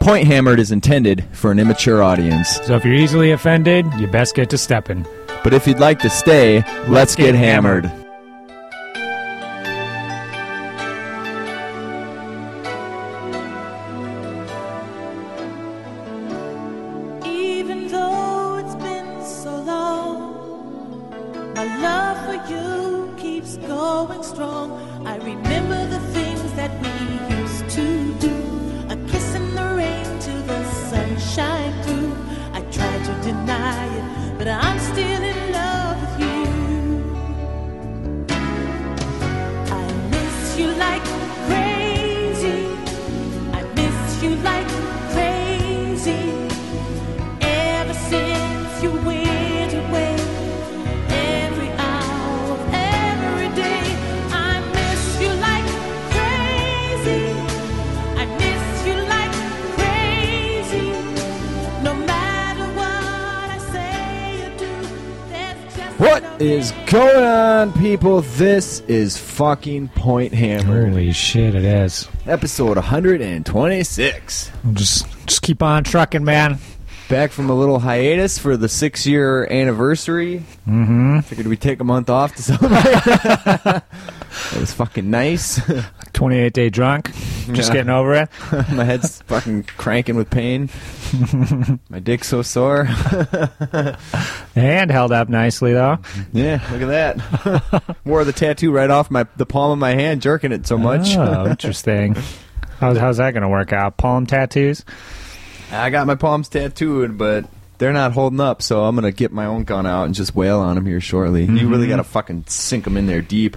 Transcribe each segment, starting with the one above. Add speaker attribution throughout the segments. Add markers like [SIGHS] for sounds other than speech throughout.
Speaker 1: Point Hammered is intended for an immature audience.
Speaker 2: So if you're easily offended, you best get to stepping.
Speaker 1: But if you'd like to stay, let's, get,
Speaker 2: get
Speaker 1: hammered.
Speaker 3: Even though it's been so long, my love for you keeps going strong. I remember the things that we used to do. A kiss in the rain till the sunshine through. I try to deny it, but I'm still in love with you. I miss you like crazy. I miss you like crazy. Ever since you went away, every hour, of every day, I miss you like crazy. I miss you like crazy. No matter what I say or do, there's just
Speaker 1: What is going on, people? This is fucking Point Hammered,
Speaker 2: Holy shit, it is.
Speaker 1: episode 126.
Speaker 2: Just just keep on trucking, man.
Speaker 1: Back from a little hiatus for the six-year anniversary. Mm-hmm. Figured we'd take a month off to [LAUGHS] celebrate. it was fucking nice. [LAUGHS]
Speaker 2: 28 day drunk. Just
Speaker 1: Yeah.
Speaker 2: getting over it.
Speaker 1: My head's fucking cranking with [LAUGHS] pain. My dick's so sore.
Speaker 2: And held up nicely, though.
Speaker 1: Yeah, look at that. [LAUGHS] Wore the tattoo right off my the palm of my hand, jerking it so much.
Speaker 2: Oh, interesting. How's, how's that going to work out? Palm tattoos?
Speaker 1: I got my palms tattooed, but they're not holding up, so I'm gonna get my own gun out and just wail on them here shortly. You really gotta fucking sink them in there deep.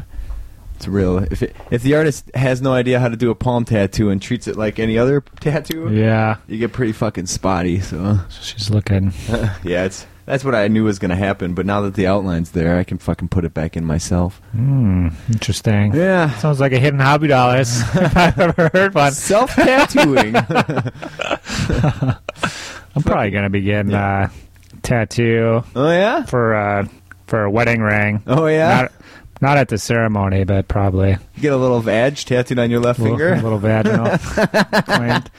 Speaker 1: It's real. If it, if the artist has no idea how to do a palm tattoo and treats it like any other tattoo,
Speaker 2: Yeah.
Speaker 1: you get pretty fucking spotty. So [LAUGHS]
Speaker 2: She's looking.
Speaker 1: yeah, it's that's what I knew was gonna happen. But now that the outline's there, I can fucking put it back in myself.
Speaker 2: Interesting.
Speaker 1: Yeah,
Speaker 2: Sounds like a hidden hobby dollars. [LAUGHS] if I've ever heard one.
Speaker 1: self [LAUGHS] tattooing.
Speaker 2: I'm probably going to be getting uh, tattoo
Speaker 1: oh yeah.
Speaker 2: for uh, for a wedding ring.
Speaker 1: Oh yeah.
Speaker 2: Not, not at the ceremony, but probably
Speaker 1: Get a little vag tattooed on your left
Speaker 2: [LAUGHS] A
Speaker 1: finger.
Speaker 2: little, little
Speaker 1: [LAUGHS]
Speaker 2: vaginal. Clamped.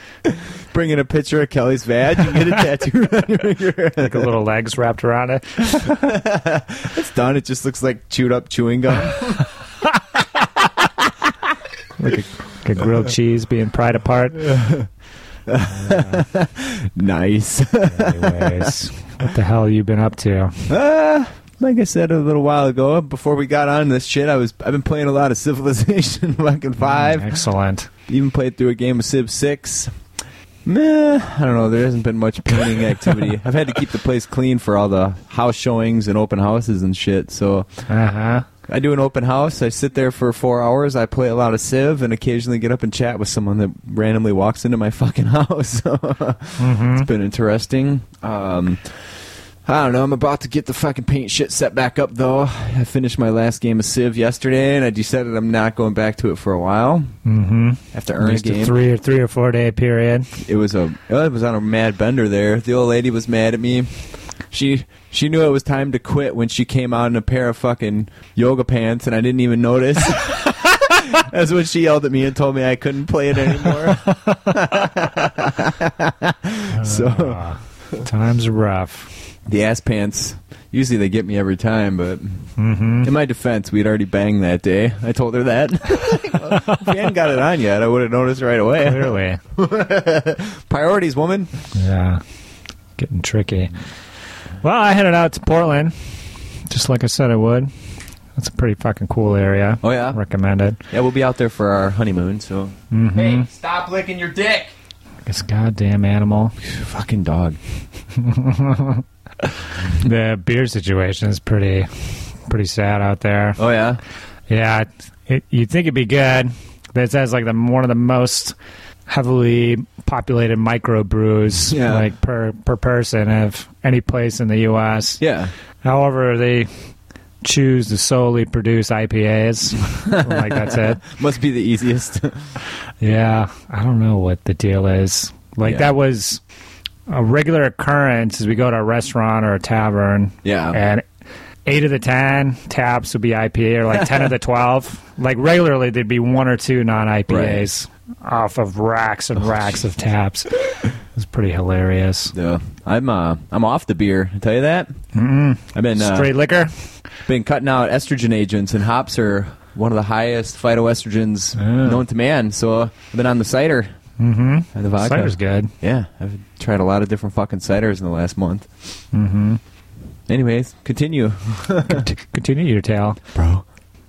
Speaker 1: Bring in a picture of Kelly's vag. You get it tattooed on your finger. [LAUGHS]
Speaker 2: like a little legs wrapped around it.
Speaker 1: It's done. It just looks like chewed up chewing gum.
Speaker 2: Like a, like a grilled cheese being pried apart.
Speaker 1: [LAUGHS] nice. [LAUGHS]
Speaker 2: Anyways, what the hell you been up to?
Speaker 1: uh, like I said a little while ago, before we got on this shit, I was I've been playing a lot of Civilization [LAUGHS] fucking five.
Speaker 2: Excellent.
Speaker 1: Even played through a game of Civ six. Meh, I don't know. There hasn't been much painting activity. I've had to keep the place clean for all the house showings and open houses and shit. So
Speaker 2: Uh huh.
Speaker 1: I do an open house. I sit there for four hours. I play a lot of Civ and occasionally get up and chat with someone that randomly walks into my [LAUGHS] fucking house. It's been interesting. Um, I don't know. I'm about to get the fucking paint shit set back up though. I finished my last game of Civ yesterday, and I decided I'm not going back to it for a while.
Speaker 2: Mm-hmm.
Speaker 1: After earning
Speaker 2: Just a
Speaker 1: game,
Speaker 2: three or three or four day
Speaker 1: [LAUGHS]
Speaker 2: period.
Speaker 1: it was a oh, it was on a mad bender there. The old lady was mad at me. She she knew it was time to quit when she came out in a pair of fucking yoga pants and I didn't even notice. That's when she yelled at me and told me I couldn't play it anymore. so
Speaker 2: Uh, times are rough.
Speaker 1: the ass pants usually they get me every time, but
Speaker 2: Mm-hmm.
Speaker 1: in my defense, we'd already banged that day. I told her that. if we hadn't got it on yet, I would have noticed right away.
Speaker 2: Clearly,
Speaker 1: Priorities, woman.
Speaker 2: yeah, getting tricky. Well, I headed out to Portland, just like I said I would. That's a pretty fucking cool area.
Speaker 1: Oh yeah.
Speaker 2: Recommended.
Speaker 1: Yeah, we'll be out there for our honeymoon, so. Hey, stop licking your dick!
Speaker 2: This goddamn animal.
Speaker 1: [SIGHS] Fucking dog.
Speaker 2: The beer situation is pretty, pretty sad out there.
Speaker 1: Oh, yeah?
Speaker 2: Yeah, it, you'd think it'd be good. But it says like the one of the most heavily populated microbrews,
Speaker 1: Yeah.
Speaker 2: like per per person of any place in the U.S.
Speaker 1: Yeah.
Speaker 2: However, they choose to solely produce
Speaker 1: [LAUGHS]
Speaker 2: IPAs. like that's it.
Speaker 1: Must be the easiest. [LAUGHS]
Speaker 2: Yeah, I don't know what the deal is. Like
Speaker 1: Yeah.
Speaker 2: that was a regular occurrence as we go to a restaurant or a tavern
Speaker 1: yeah.
Speaker 2: and eight of the ten taps would be IPA, or
Speaker 1: [LAUGHS]
Speaker 2: like ten of the twelve. Like regularly,
Speaker 1: Oh, [LAUGHS]
Speaker 2: there'd be one or two non IPAs off of racks and racks of taps. was pretty hilarious.
Speaker 1: Yeah, I'm uh, I'm off the beer. I tell you that.
Speaker 2: Mm-mm.
Speaker 1: I've been uh,
Speaker 2: Mm-hmm. Straight liquor.
Speaker 1: been cutting out estrogen agents, and hops are one of the highest phytoestrogens
Speaker 2: Yeah.
Speaker 1: known to man. So uh, I've been on the cider
Speaker 2: Mm-hmm.
Speaker 1: and the vodka.
Speaker 2: Cider's
Speaker 1: [LAUGHS]
Speaker 2: good.
Speaker 1: Yeah, I've tried a lot of different fucking ciders in the last month.
Speaker 2: Mm-hmm.
Speaker 1: Anyways, continue,
Speaker 2: Continue your tale.
Speaker 1: bro.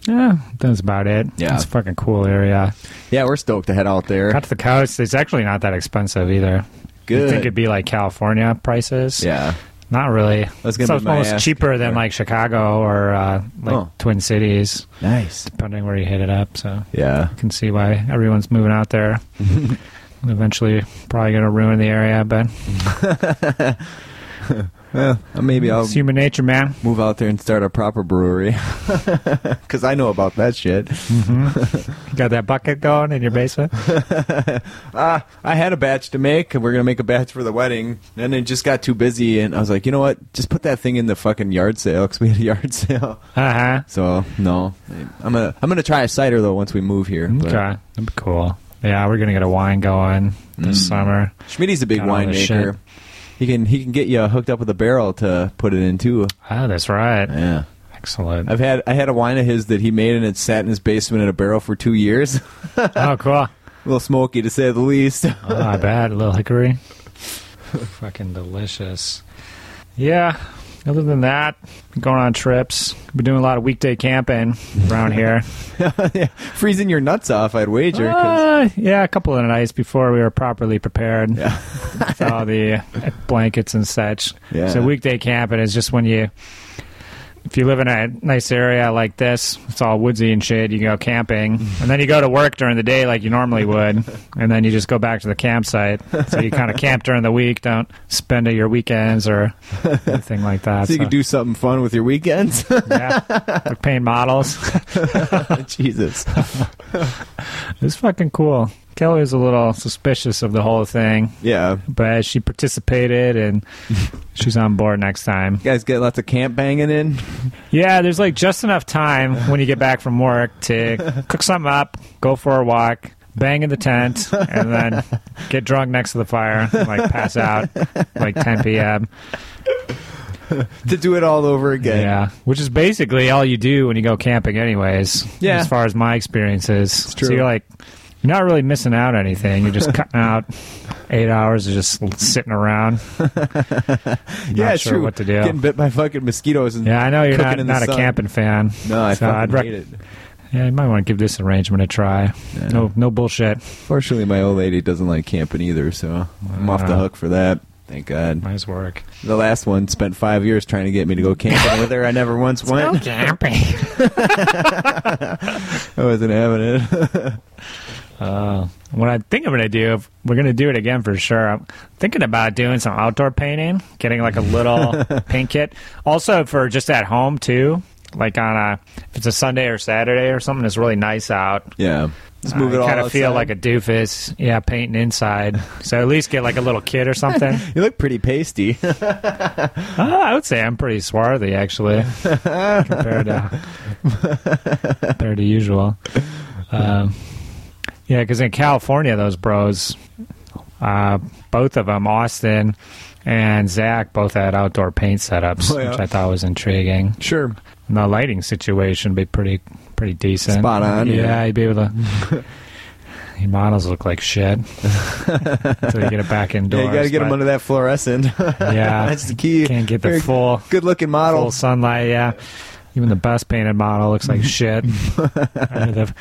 Speaker 2: Yeah, that's about it.
Speaker 1: Yeah.
Speaker 2: it's a fucking cool area.
Speaker 1: Yeah, we're stoked to head out there.
Speaker 2: Got to the coast. It's actually not that expensive either. You
Speaker 1: Good.
Speaker 2: think it'd be like California prices?
Speaker 1: yeah,
Speaker 2: not really.
Speaker 1: That's gonna
Speaker 2: so
Speaker 1: be
Speaker 2: it's
Speaker 1: my
Speaker 2: almost
Speaker 1: ask
Speaker 2: cheaper than
Speaker 1: there.
Speaker 2: like Chicago or uh, like
Speaker 1: Oh.
Speaker 2: Twin Cities,
Speaker 1: nice.
Speaker 2: depending where you hit it up. So
Speaker 1: Yeah,
Speaker 2: you can see why everyone's moving
Speaker 1: [LAUGHS]
Speaker 2: out there. Eventually, probably going to ruin the area, but
Speaker 1: Uh, maybe I'll
Speaker 2: it's human nature, man.
Speaker 1: move out there and start a proper brewery [LAUGHS] because I know about that shit.
Speaker 2: Got that bucket going in
Speaker 1: [LAUGHS]
Speaker 2: your basement?
Speaker 1: Ah, I had a batch to make, and we're gonna make a batch for the wedding, and it just got too busy, and I was like, you know what? Just put that thing in the fucking yard sale because we had a yard [LAUGHS] sale.
Speaker 2: Uh huh.
Speaker 1: So no, I'm gonna I'm gonna try a cider though once we move here. but-
Speaker 2: Okay, that'd be cool. Yeah, we're gonna get a wine going this
Speaker 1: Mm.
Speaker 2: summer.
Speaker 1: Schmidty's a big
Speaker 2: Got all this
Speaker 1: winemaker.
Speaker 2: shit.
Speaker 1: He can he can get you hooked up with a barrel to put it in too.
Speaker 2: Oh, that's right.
Speaker 1: Yeah,
Speaker 2: Excellent.
Speaker 1: I've had I had a wine of his that he made and it sat in his basement in a barrel for two years. [LAUGHS] a
Speaker 2: oh, cool.
Speaker 1: little smoky to say the least.
Speaker 2: Oh, I bet a little
Speaker 1: [LAUGHS]
Speaker 2: hickory. Fucking delicious. Yeah. Other than that, going on trips. Been doing a lot of weekday camping
Speaker 1: [LAUGHS]
Speaker 2: around here.
Speaker 1: yeah. Freezing your nuts off, I'd wager. 'cause-
Speaker 2: Uh, yeah, a couple of nights before we were properly prepared
Speaker 1: yeah,
Speaker 2: with all the uh, blankets and such.
Speaker 1: Yeah.
Speaker 2: So weekday camping is just when you, if you live in a nice area like this, it's all woodsy and shit. You go camping, and then you go to work during the day like you normally would, and then you just go back to the campsite. So you kind of camp during the week. Don't spend your weekends or anything like that.
Speaker 1: so you could do something fun with your
Speaker 2: [LAUGHS]
Speaker 1: weekends. [LAUGHS]
Speaker 2: yeah, like paint models. [LAUGHS]
Speaker 1: Jesus.
Speaker 2: It's fucking cool. Kelly was a little suspicious of the whole thing,
Speaker 1: Yeah,
Speaker 2: but she
Speaker 1: [LAUGHS]
Speaker 2: participated and she's on board next time.
Speaker 1: you guys get lots of camp banging in. [LAUGHS]
Speaker 2: Yeah, there's like just enough time when you get back from work to cook something up, go for a walk, bang in the tent, and then get drunk next to the fire, and like pass out like 10 p.m.
Speaker 1: to do it all over again.
Speaker 2: Yeah, which is basically all you do when you go camping, anyways.
Speaker 1: Yeah.
Speaker 2: as far as my experience is, so
Speaker 1: true.
Speaker 2: you're like you're not really missing out on anything. You're just cutting out eight hours of just
Speaker 1: [LAUGHS]
Speaker 2: sitting around.
Speaker 1: Yeah,
Speaker 2: not sure
Speaker 1: true.
Speaker 2: what to do.
Speaker 1: Getting bit by fucking mosquitoes and
Speaker 2: Yeah, I know you're
Speaker 1: Cooking
Speaker 2: not,
Speaker 1: in the
Speaker 2: not a
Speaker 1: sun.
Speaker 2: camping fan.
Speaker 1: [LAUGHS] no, I
Speaker 2: So
Speaker 1: fucking
Speaker 2: I'd rec-
Speaker 1: hate it.
Speaker 2: Yeah, you might want to give this arrangement a try. No, no bullshit.
Speaker 1: Fortunately, my old lady doesn't like camping either, so I'm off the
Speaker 2: Wow.
Speaker 1: hook for that. Thank God.
Speaker 2: Nice work.
Speaker 1: The last one spent five years trying to get me to go camping with her. I
Speaker 2: [LAUGHS]
Speaker 1: never once went.
Speaker 2: camping. [LAUGHS]
Speaker 1: I wasn't having it. [LAUGHS]
Speaker 2: Uh, what I think I'm gonna do, if we're gonna do it again for sure. I'm thinking about doing some outdoor painting, getting like
Speaker 1: [LAUGHS]
Speaker 2: a little paint kit. Also for just at home too. Like on a, if it's a Sunday or Saturday or something, it's really nice out.
Speaker 1: yeah. Just move it all
Speaker 2: kind of feel
Speaker 1: outside.
Speaker 2: like a doofus. Yeah, painting inside. so at least get like a little kit or something.
Speaker 1: You look pretty pasty. [LAUGHS]
Speaker 2: Uh, I would say I'm pretty
Speaker 1: [LAUGHS]
Speaker 2: swarthy actually, compared to compared to usual. Um, yeah, because in California, those bros, uh, both of them, Austin and Zach, both had outdoor paint setups,
Speaker 1: Oh, yeah.
Speaker 2: which I thought was intriguing.
Speaker 1: sure.
Speaker 2: And the lighting situation would be pretty pretty decent.
Speaker 1: Spot on,
Speaker 2: Yeah,
Speaker 1: yeah.
Speaker 2: you'd be able to. Your models look like shit
Speaker 1: [LAUGHS]
Speaker 2: until you get it back indoors.
Speaker 1: Yeah, you got to get them
Speaker 2: but-
Speaker 1: under that fluorescent.
Speaker 2: Yeah,
Speaker 1: [LAUGHS] That's the key.
Speaker 2: Can't get the
Speaker 1: Very
Speaker 2: full
Speaker 1: Good looking
Speaker 2: full
Speaker 1: model.
Speaker 2: sunlight. Yeah, even the best painted model
Speaker 1: [LAUGHS]
Speaker 2: looks like shit. Under the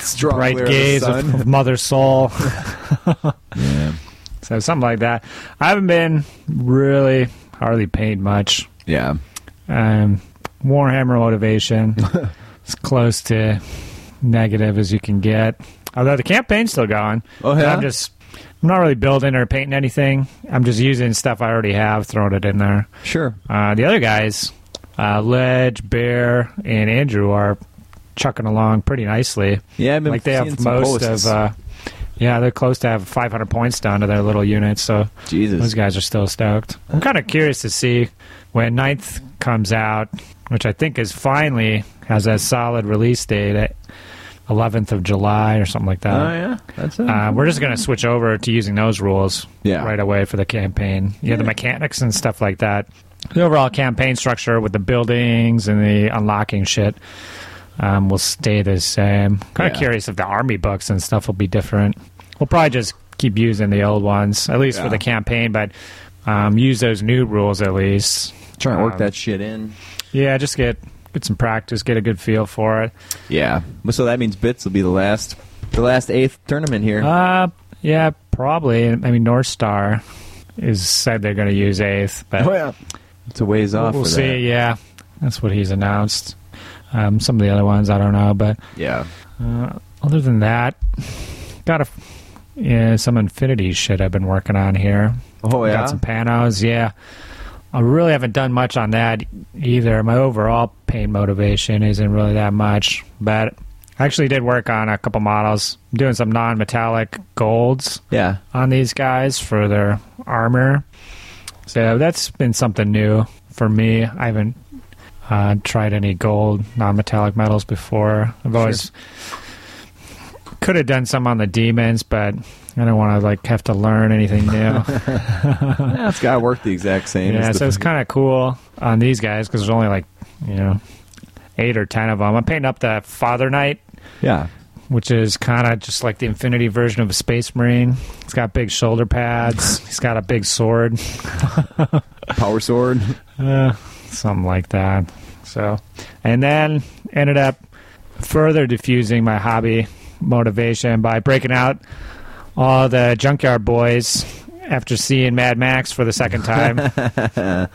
Speaker 1: Strong
Speaker 2: bright
Speaker 1: glare of the
Speaker 2: gaze of, [LAUGHS]
Speaker 1: sun.
Speaker 2: of
Speaker 1: [LAUGHS]
Speaker 2: mother soul.
Speaker 1: yeah.
Speaker 2: so something like that. I haven't been really hardly paint much.
Speaker 1: Yeah.
Speaker 2: Um,
Speaker 1: [LAUGHS]
Speaker 2: Warhammer motivation. it's close to negative as you can get. Although the campaign's still going.
Speaker 1: Oh, yeah?
Speaker 2: I'm just. I'm not really building or painting anything. I'm just using stuff I already have, throwing it in there.
Speaker 1: Sure.
Speaker 2: Uh, the other guys, uh, Ledge, Bear, and Andrew are chucking along pretty nicely.
Speaker 1: Yeah, I've been
Speaker 2: Like they
Speaker 1: seeing
Speaker 2: have
Speaker 1: some
Speaker 2: most
Speaker 1: posts.
Speaker 2: of, uh, yeah, they're close to have 500 points down to their little units. So those
Speaker 1: Jesus.
Speaker 2: guys are still stoked. I'm kind of curious to see when Ninth comes out, which I think is finally has a solid release date. 11th of July or something like
Speaker 1: Oh
Speaker 2: that.
Speaker 1: yeah, that's it.
Speaker 2: uh, we're just going to switch over to using those rules
Speaker 1: Yeah.
Speaker 2: right away for the campaign. Yeah, the mechanics and stuff like that. The overall campaign structure with the buildings and the unlocking shit um, will stay the same. Kind of
Speaker 1: Yeah.
Speaker 2: curious if the army books and stuff will be different. We'll probably just keep using the old ones, at least for
Speaker 1: Yeah.
Speaker 2: the campaign, but um, use those new rules at least.
Speaker 1: Trying to work
Speaker 2: um,
Speaker 1: that shit in.
Speaker 2: Yeah, just get get some practice, get a good feel for it.
Speaker 1: Yeah. So that means bits will be the last, the last eighth tournament here.
Speaker 2: Uh, yeah, probably. I mean, North Star is said they're going to use eighth, but
Speaker 1: oh yeah, it's a ways off.
Speaker 2: we'll
Speaker 1: for
Speaker 2: see. Yeah, that's what he's announced. Um, some of the other ones I don't know, but
Speaker 1: That. Yeah.
Speaker 2: uh, other than that, got a yeah some Infinity shit I've been working on here.
Speaker 1: Oh yeah.
Speaker 2: Got some panos, yeah. I really haven't done much on that either. My overall pain motivation isn't really that much, but I actually did work on a couple models. I'm doing some non-metallic golds
Speaker 1: yeah.
Speaker 2: on these guys for their armor. So that's been something new for me. I haven't uh, tried any gold, non-metallic metals before. I've always could have done some on the demons, but I don't want to like have to learn anything new.
Speaker 1: Yeah, It's got to work the exact same.
Speaker 2: Yeah,
Speaker 1: as the-
Speaker 2: so it's kind of cool on these guys because there's only like you know eight or ten of them. I'm painting up the Father Knight,
Speaker 1: yeah.
Speaker 2: which is kind of just like the Infinity version of a Space Marine. He's got big shoulder pads. He's got a big sword,
Speaker 1: Power sword. [LAUGHS]
Speaker 2: uh, something like that. So, and then ended up further diffusing my hobby motivation by breaking out all the Junkyard Boys after seeing Mad Max for the second time. The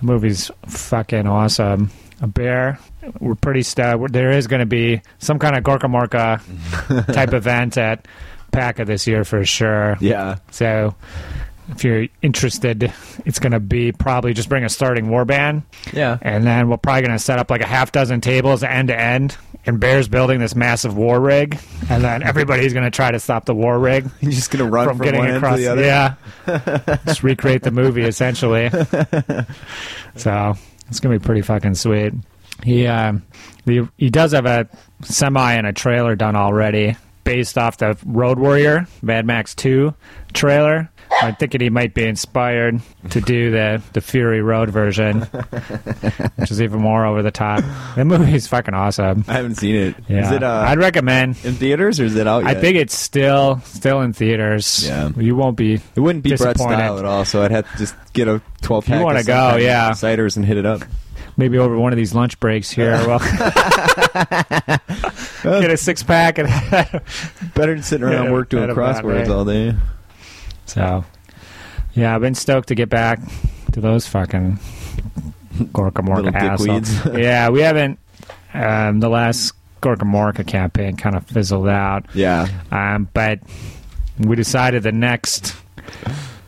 Speaker 2: movie's fucking awesome. A bear. We're pretty stout. There is going to be some kind of Gorka Morka type event at PACA this year for sure.
Speaker 1: yeah.
Speaker 2: So if you're interested, it's going to be probably just bring a starting warband. [LAUGHS]
Speaker 1: Yeah.
Speaker 2: And then we're probably going to set up like a half dozen tables end to end. And Bear's building this massive war rig. And then everybody's going to try to stop the war rig
Speaker 1: You're just gonna run
Speaker 2: from,
Speaker 1: from,
Speaker 2: getting
Speaker 1: one
Speaker 2: across.
Speaker 1: end to the other. [LAUGHS]
Speaker 2: Yeah, just recreate the movie essentially. so it's gonna be pretty fucking sweet. He um, the, he does have a semi and a trailer done already, based off the Road Warrior Mad Max Two trailer. I'm thinking he might be inspired to do the the Fury Road
Speaker 1: [LAUGHS]
Speaker 2: version, which is even more over the top. That movie is fucking awesome.
Speaker 1: I haven't seen it. Is
Speaker 2: Yeah,
Speaker 1: it uh,
Speaker 2: I'd recommend.
Speaker 1: in theaters or is it out?
Speaker 2: I
Speaker 1: yet?
Speaker 2: think it's still still in theaters.
Speaker 1: Yeah.
Speaker 2: you won't be
Speaker 1: It wouldn't be Brett's
Speaker 2: disappointed.
Speaker 1: style at all, so I'd have to just get a 12
Speaker 2: You
Speaker 1: pack.
Speaker 2: wanna
Speaker 1: of some
Speaker 2: go,
Speaker 1: kind of
Speaker 2: yeah.
Speaker 1: Ciders and hit it up.
Speaker 2: maybe over one of these lunch breaks here. Well, get a six pack and [LAUGHS]
Speaker 1: Better than sitting around
Speaker 2: Yeah,
Speaker 1: work doing
Speaker 2: that'd be about
Speaker 1: crosswords
Speaker 2: right.
Speaker 1: all day.
Speaker 2: so. Yeah, I've been stoked to get back to those fucking Gorka Morka
Speaker 1: Little
Speaker 2: assholes.
Speaker 1: dickweeds.
Speaker 2: yeah, we haven't. Um, the last Gorka Morka campaign kind of fizzled out,
Speaker 1: Yeah.
Speaker 2: um, but we decided the next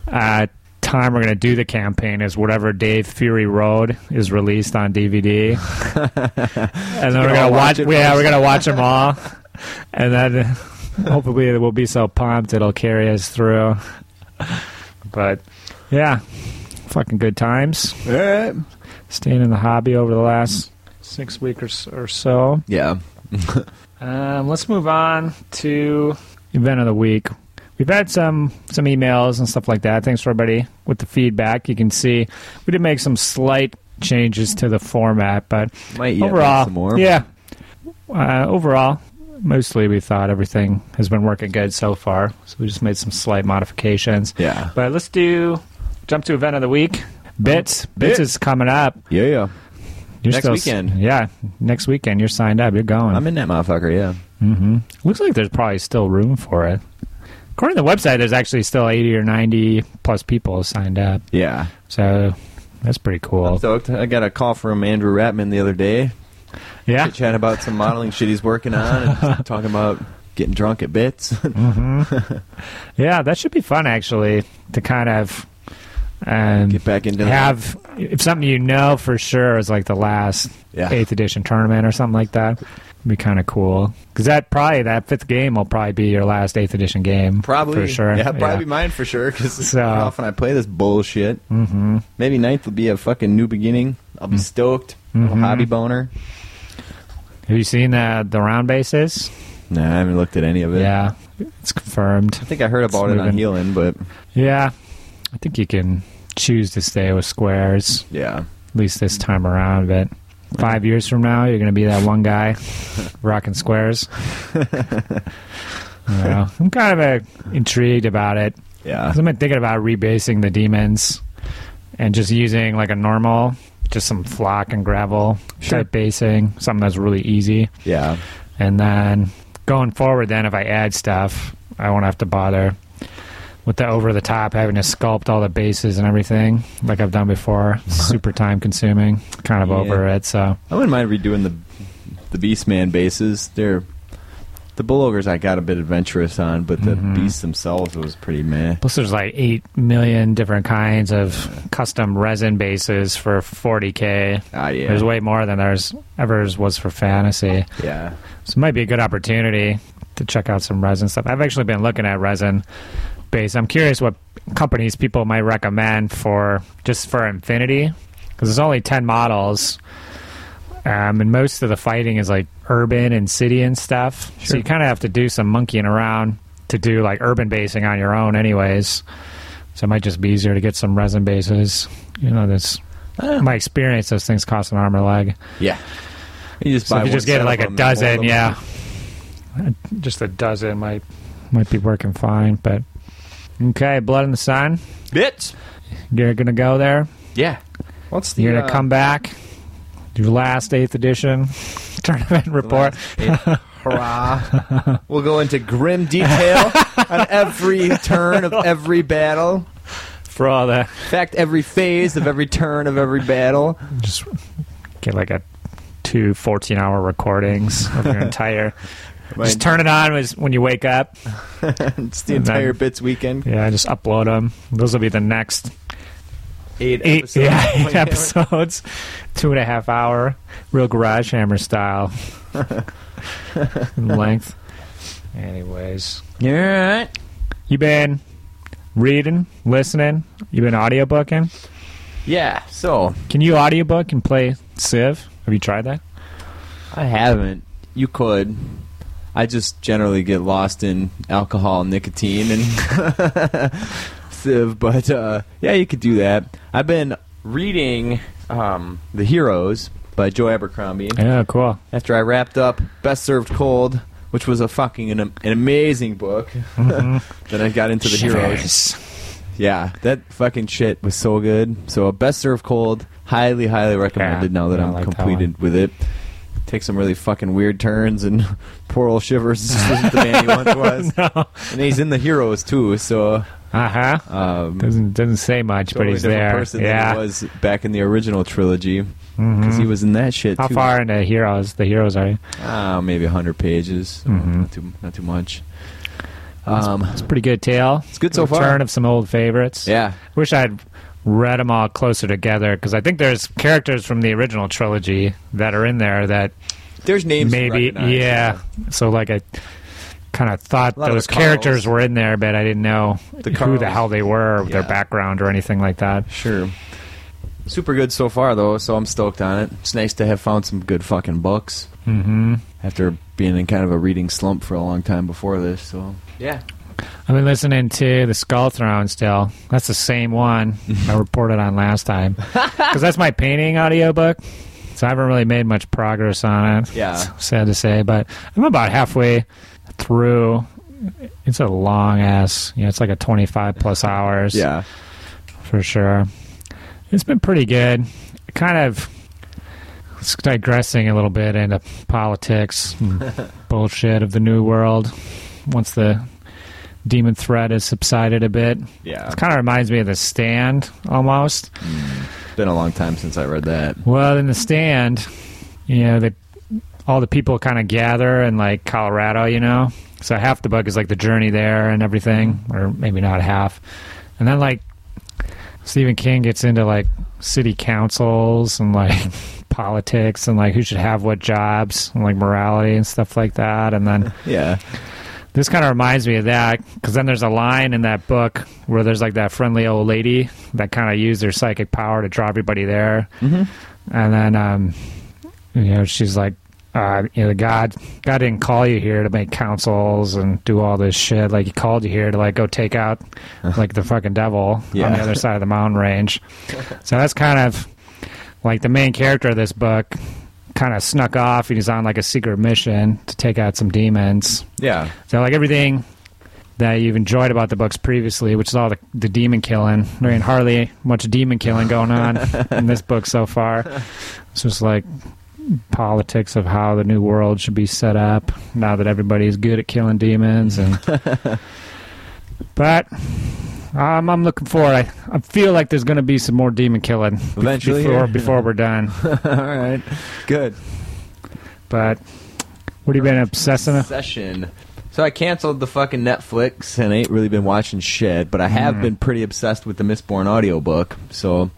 Speaker 2: uh, time we're going to do the campaign is whatever Dave Fury Road is released
Speaker 1: [LAUGHS]
Speaker 2: on DVD, and then we're
Speaker 1: all
Speaker 2: going
Speaker 1: watch
Speaker 2: to watch.
Speaker 1: it
Speaker 2: yeah,
Speaker 1: first.
Speaker 2: we're going to watch
Speaker 1: [LAUGHS]
Speaker 2: them all, and then hopefully we'll be so pumped it'll carry us through. But yeah, fucking good times.
Speaker 1: All right.
Speaker 2: Staying in the hobby over the last six weeks or so.
Speaker 1: Yeah.
Speaker 2: Um, let's move on to event of the week. We've had some some emails and stuff like that. Thanks for everybody with the feedback. You can see we did make some slight changes to the format, but
Speaker 1: Might yet
Speaker 2: overall,
Speaker 1: make some more.
Speaker 2: yeah, uh, overall, mostly we thought everything has been working good so far. So we just made some slight modifications.
Speaker 1: Yeah.
Speaker 2: But let's do jump to event of the week.
Speaker 1: Bits.
Speaker 2: Bits, bits is coming up.
Speaker 1: Yeah, yeah.
Speaker 2: You're
Speaker 1: Next
Speaker 2: still s-
Speaker 1: weekend.
Speaker 2: yeah, next weekend. You're signed up. You're going.
Speaker 1: I'm in that motherfucker, yeah.
Speaker 2: hmm Looks like there's probably still room for it. According to the website, there's actually still 80 or 90 plus people signed up.
Speaker 1: Yeah.
Speaker 2: So that's pretty cool.
Speaker 1: I'm stoked. I got a call from Andrew Ratman the other day.
Speaker 2: yeah.
Speaker 1: Chat about some modeling shit he's working on
Speaker 2: [LAUGHS]
Speaker 1: and talking about getting drunk at bits.
Speaker 2: Yeah, that should be fun, actually, to kind of um,
Speaker 1: Get back into the-
Speaker 2: have if something you know for sure is like the last
Speaker 1: Yeah.
Speaker 2: eighth edition tournament or something like that. Be kind of cool because that probably that fifth game will probably be your last eighth edition game.
Speaker 1: Probably.
Speaker 2: for sure.
Speaker 1: Yeah, probably mine for sure. Because [LAUGHS]
Speaker 2: So-
Speaker 1: how often I play this bullshit. Mm-hmm. Maybe
Speaker 2: Mm. Mm-hmm.
Speaker 1: ninth will be a fucking new beginning. I'll be stoked. Little hobby boner.
Speaker 2: yeah. Have you seen the the round bases?
Speaker 1: Nah, I haven't looked at any of it.
Speaker 2: Yeah, it's confirmed.
Speaker 1: I think I heard about
Speaker 2: It's
Speaker 1: it on
Speaker 2: moving.
Speaker 1: Healing, but
Speaker 2: Yeah, I think you can choose to stay with squares
Speaker 1: yeah.
Speaker 2: at least this time around. But five years from now, you're going to be that one guy rocking squares. I don't know. I'm kind of uh, intrigued about it.
Speaker 1: Yeah.
Speaker 2: 'Cause I've been thinking about rebasing the demons and just using like a normal, just some flock and gravel
Speaker 1: Sure.
Speaker 2: type basing, something that's really easy.
Speaker 1: Yeah.
Speaker 2: And then going forward, then if I add stuff, I won't have to bother with the over the top having to sculpt all the bases and everything like I've
Speaker 1: [LAUGHS]
Speaker 2: done before. Super time consuming. Kind of
Speaker 1: Yeah.
Speaker 2: over it. So
Speaker 1: I wouldn't mind redoing the the Beastman bases. They're the Bull Ogres I got a bit adventurous on, but the
Speaker 2: Mhm.
Speaker 1: beasts themselves was pretty meh.
Speaker 2: plus there's like eight million different kinds of custom resin bases for 40k.
Speaker 1: Ah, yeah.
Speaker 2: There's way more than there's ever was for fantasy.
Speaker 1: yeah.
Speaker 2: So it might be a good opportunity to check out some resin stuff. I've actually been looking at resin base. I'm curious what companies people might recommend for just for Infinity because there's only 10 models. Um, and most of the fighting is like urban and city and stuff. So
Speaker 1: Sure.
Speaker 2: you kind of have to do some monkeying around to do like urban basing on your own, anyways. So it might just be easier to get some resin bases. You know, that's my experience. Those things cost an arm and a leg.
Speaker 1: Yeah. You just
Speaker 2: So
Speaker 1: buy
Speaker 2: if you
Speaker 1: one
Speaker 2: just get
Speaker 1: set
Speaker 2: like
Speaker 1: of
Speaker 2: a
Speaker 1: them and hold
Speaker 2: dozen,
Speaker 1: them.
Speaker 2: yeah, Uh, just a dozen might might be working fine. But okay, blood in the sun.
Speaker 1: Bits.
Speaker 2: You're gonna go there.
Speaker 1: Yeah. What's the uh,
Speaker 2: You're gonna come back. Your last eighth edition [LAUGHS] tournament report.
Speaker 1: Hurrah. we'll go into grim detail on every turn of every battle.
Speaker 2: for all the
Speaker 1: In fact, every phase of every turn of every battle.
Speaker 2: just get like a two 14 hour recordings of your entire. just turn it on was- when you wake up.
Speaker 1: it's the
Speaker 2: and then-
Speaker 1: entire bits weekend.
Speaker 2: Yeah, just upload them. Those will be the next
Speaker 1: Eight,
Speaker 2: eight,
Speaker 1: episodes.
Speaker 2: yeah, eight
Speaker 1: [LAUGHS] Wait,
Speaker 2: episodes, two and a half hour, real garage hammer
Speaker 1: [LAUGHS]
Speaker 2: style in length. Anyways,
Speaker 1: All right.
Speaker 2: you been reading, listening. You been audiobooking.
Speaker 1: Yeah. So
Speaker 2: Can you audiobook and play Civ? Have you tried that?
Speaker 1: I haven't. You could. I just generally get lost in alcohol, nicotine, and [LAUGHS] civ. But uh, yeah, you could do that. I've been reading um, The Heroes by Joe Abercrombie.
Speaker 2: Yeah, cool.
Speaker 1: After I wrapped up Best Served Cold, which was a fucking an, an amazing book, [LAUGHS] then I got into The Heroes. Yeah, that fucking shit was so good. So best served cold, highly, highly recommended.
Speaker 2: Yeah,
Speaker 1: now that
Speaker 2: yeah, I
Speaker 1: I'm
Speaker 2: like that
Speaker 1: completed with it, take some really fucking weird turns and [LAUGHS] poor old Shivers just isn't the man he
Speaker 2: [LAUGHS]
Speaker 1: once was,
Speaker 2: [LAUGHS] No.
Speaker 1: and he's in the heroes too. So
Speaker 2: Uh huh.
Speaker 1: um,
Speaker 2: Doesn't doesn't say much,
Speaker 1: totally
Speaker 2: but he's
Speaker 1: different
Speaker 2: there.
Speaker 1: person
Speaker 2: yeah.
Speaker 1: than he was back in the original trilogy
Speaker 2: Mhm.
Speaker 1: because he was in that shit.
Speaker 2: How
Speaker 1: too.
Speaker 2: far into heroes the heroes are you?
Speaker 1: Uh, maybe hundred pages. so
Speaker 2: Mhm.
Speaker 1: Not too, not too much. Um,
Speaker 2: It's a pretty good tale.
Speaker 1: it's good so
Speaker 2: Return
Speaker 1: far.
Speaker 2: of some old favorites.
Speaker 1: yeah,
Speaker 2: Wish I'd read them all closer together because I think there's characters from the original trilogy that are in there that
Speaker 1: there's names. to
Speaker 2: maybe
Speaker 1: recognize,
Speaker 2: yeah. So like I kind of thought
Speaker 1: A lot of
Speaker 2: those
Speaker 1: the Carls.
Speaker 2: characters were in there, but I didn't know
Speaker 1: The
Speaker 2: who the
Speaker 1: Carls.
Speaker 2: hell they were, their
Speaker 1: Yeah.
Speaker 2: background, or anything like that.
Speaker 1: Sure. Super good so far, though, so I'm stoked on it. It's nice to have found some good fucking books
Speaker 2: Mm-hmm.
Speaker 1: after being in kind of a reading slump for a long time before this, so. Yeah.
Speaker 2: I've been listening to the Skull Throne still. That's the
Speaker 1: [LAUGHS]
Speaker 2: same one I reported on last time because that's my painting audiobook. So I haven't really made much progress on it.
Speaker 1: Yeah.
Speaker 2: It's [LAUGHS] sad to say, but I'm about halfway through. It's a long ass. You know, it's like a 25 plus hours
Speaker 1: Yeah.
Speaker 2: for sure. It's been pretty good. Kind of it's digressing a little bit into politics and bullshit of the new world. Once the demon threat has subsided a bit,
Speaker 1: Yeah.
Speaker 2: it kind of reminds me of The Stand almost.
Speaker 1: It's been a long time since I read that.
Speaker 2: Well, in The Stand, you know, they, all the people kind of gather in like Colorado, you know? So half the book is like the journey there and everything, or maybe not half. And then like Stephen King gets into like city councils and like [LAUGHS] politics and like who should have what jobs and like morality and stuff like that. And then
Speaker 1: Yeah.
Speaker 2: this kind of reminds me of that because then there's a line in that book where there's like that friendly old lady that kind of used her psychic power to draw everybody there.
Speaker 1: Mhm.
Speaker 2: And then, um, you know, she's like, uh, you know, God, God didn't call you here to make councils and do all this shit. Like He called you here to like go take out like the fucking devil on
Speaker 1: Yeah.
Speaker 2: the other side of the mountain range. So that's kind of like the main character of this book kind of snuck off and he's on like a secret mission to take out some demons.
Speaker 1: Yeah. [LAUGHS]
Speaker 2: So like everything that you've enjoyed about the books previously, which is all the, the demon killing. There ain't hardly much demon killing
Speaker 1: [LAUGHS]
Speaker 2: going on in this book so far. It's just like politics of how the new world should be set up now that everybody's good at killing
Speaker 1: [LAUGHS]
Speaker 2: demons and but um, I'm looking forward. I, I feel like there's going to be some more demon killing be-
Speaker 1: Eventually,
Speaker 2: before,
Speaker 1: yeah.
Speaker 2: before we're done.
Speaker 1: All right. Good.
Speaker 2: But what have you been obsessing? with?
Speaker 1: Session. So I canceled the fucking Netflix and I ain't really been watching shit, but I have been pretty obsessed with the Mistborn audiobook. So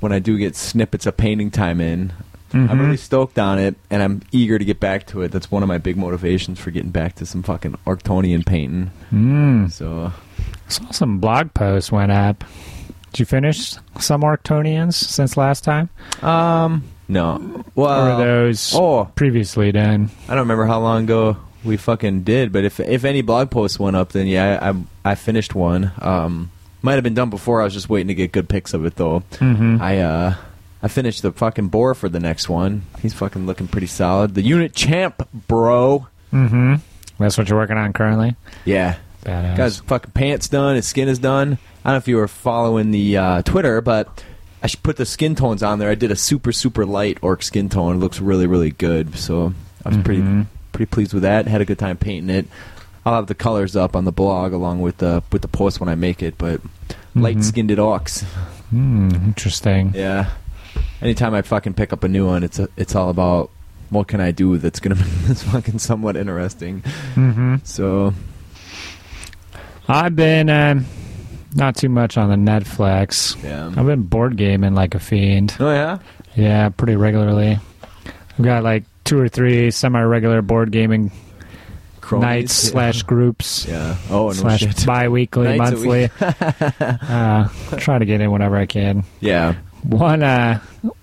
Speaker 1: when I do get snippets of painting time in, I'm really stoked on it and I'm eager to get back to it. That's one of my big motivations for getting back to some fucking Arctonian painting.
Speaker 2: Mm.
Speaker 1: So
Speaker 2: Saw some blog posts went up. Did you finish some Arctonians since last time?
Speaker 1: um no.
Speaker 2: Or
Speaker 1: Well
Speaker 2: were those
Speaker 1: Oh,
Speaker 2: previously done?
Speaker 1: I don't remember how long ago we fucking did, but if if any blog posts went up, then yeah, I I, I finished one. Um, might have been done before. I was just waiting to get good pics of it though.
Speaker 2: Mhm.
Speaker 1: I uh. I finished the fucking boar for the next one. He's fucking looking pretty solid. The unit champ, bro.
Speaker 2: Mm-hmm. That's what you're working on currently?
Speaker 1: Yeah.
Speaker 2: Badass.
Speaker 1: Got his fucking pants done. His skin is done. I don't know if you were following the uh, Twitter, but I should put the skin tones on there. I did a super super light orc skin tone. It looks really really good. So I was pretty
Speaker 2: Mhm.
Speaker 1: pretty pleased with that. Had a good time painting it. I'll have the colors up on the blog along with the with the post when I make it. But light skinned it orcs.
Speaker 2: Hmm, interesting.
Speaker 1: Yeah. Anytime I fucking pick up a new one, it's a, it's all about what can I do that's gonna [LAUGHS] make this fucking somewhat interesting.
Speaker 2: Mm-hmm.
Speaker 1: So
Speaker 2: I've been um, not too much on the Netflix.
Speaker 1: yeah.
Speaker 2: I've been board gaming like a fiend.
Speaker 1: Oh yeah.
Speaker 2: Yeah, pretty regularly. I've got like two or three semi-regular board gaming
Speaker 1: Cronies.
Speaker 2: nights
Speaker 1: Yeah.
Speaker 2: slash groups.
Speaker 1: Yeah. Oh, no
Speaker 2: slash
Speaker 1: shit. [LAUGHS]
Speaker 2: bi-weekly,
Speaker 1: Nights a
Speaker 2: monthly.
Speaker 1: [LAUGHS]
Speaker 2: uh, try to get in whenever I can.
Speaker 1: Yeah.
Speaker 2: One uh,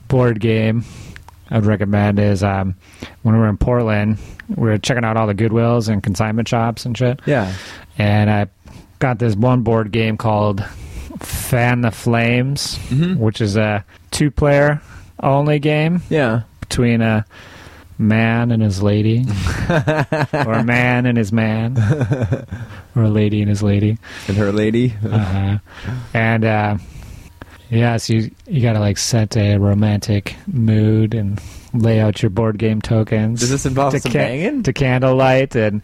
Speaker 2: board game I'd recommend is um, when we were in Portland, we were checking out all the Goodwills and consignment shops and shit.
Speaker 1: Yeah.
Speaker 2: And I got this one board game called Fan the Flames,
Speaker 1: Mm-hmm.
Speaker 2: which is a two-player only game
Speaker 1: Yeah.
Speaker 2: between a man and
Speaker 1: [LAUGHS]
Speaker 2: his lady, or a man and his man, or a lady and his lady.
Speaker 1: And her lady.
Speaker 2: Uh-huh. And uh, yeah, so you you gotta like set a romantic mood and lay out your board game tokens.
Speaker 1: Does this involve
Speaker 2: to
Speaker 1: some
Speaker 2: ca-
Speaker 1: banging?
Speaker 2: to candlelight, and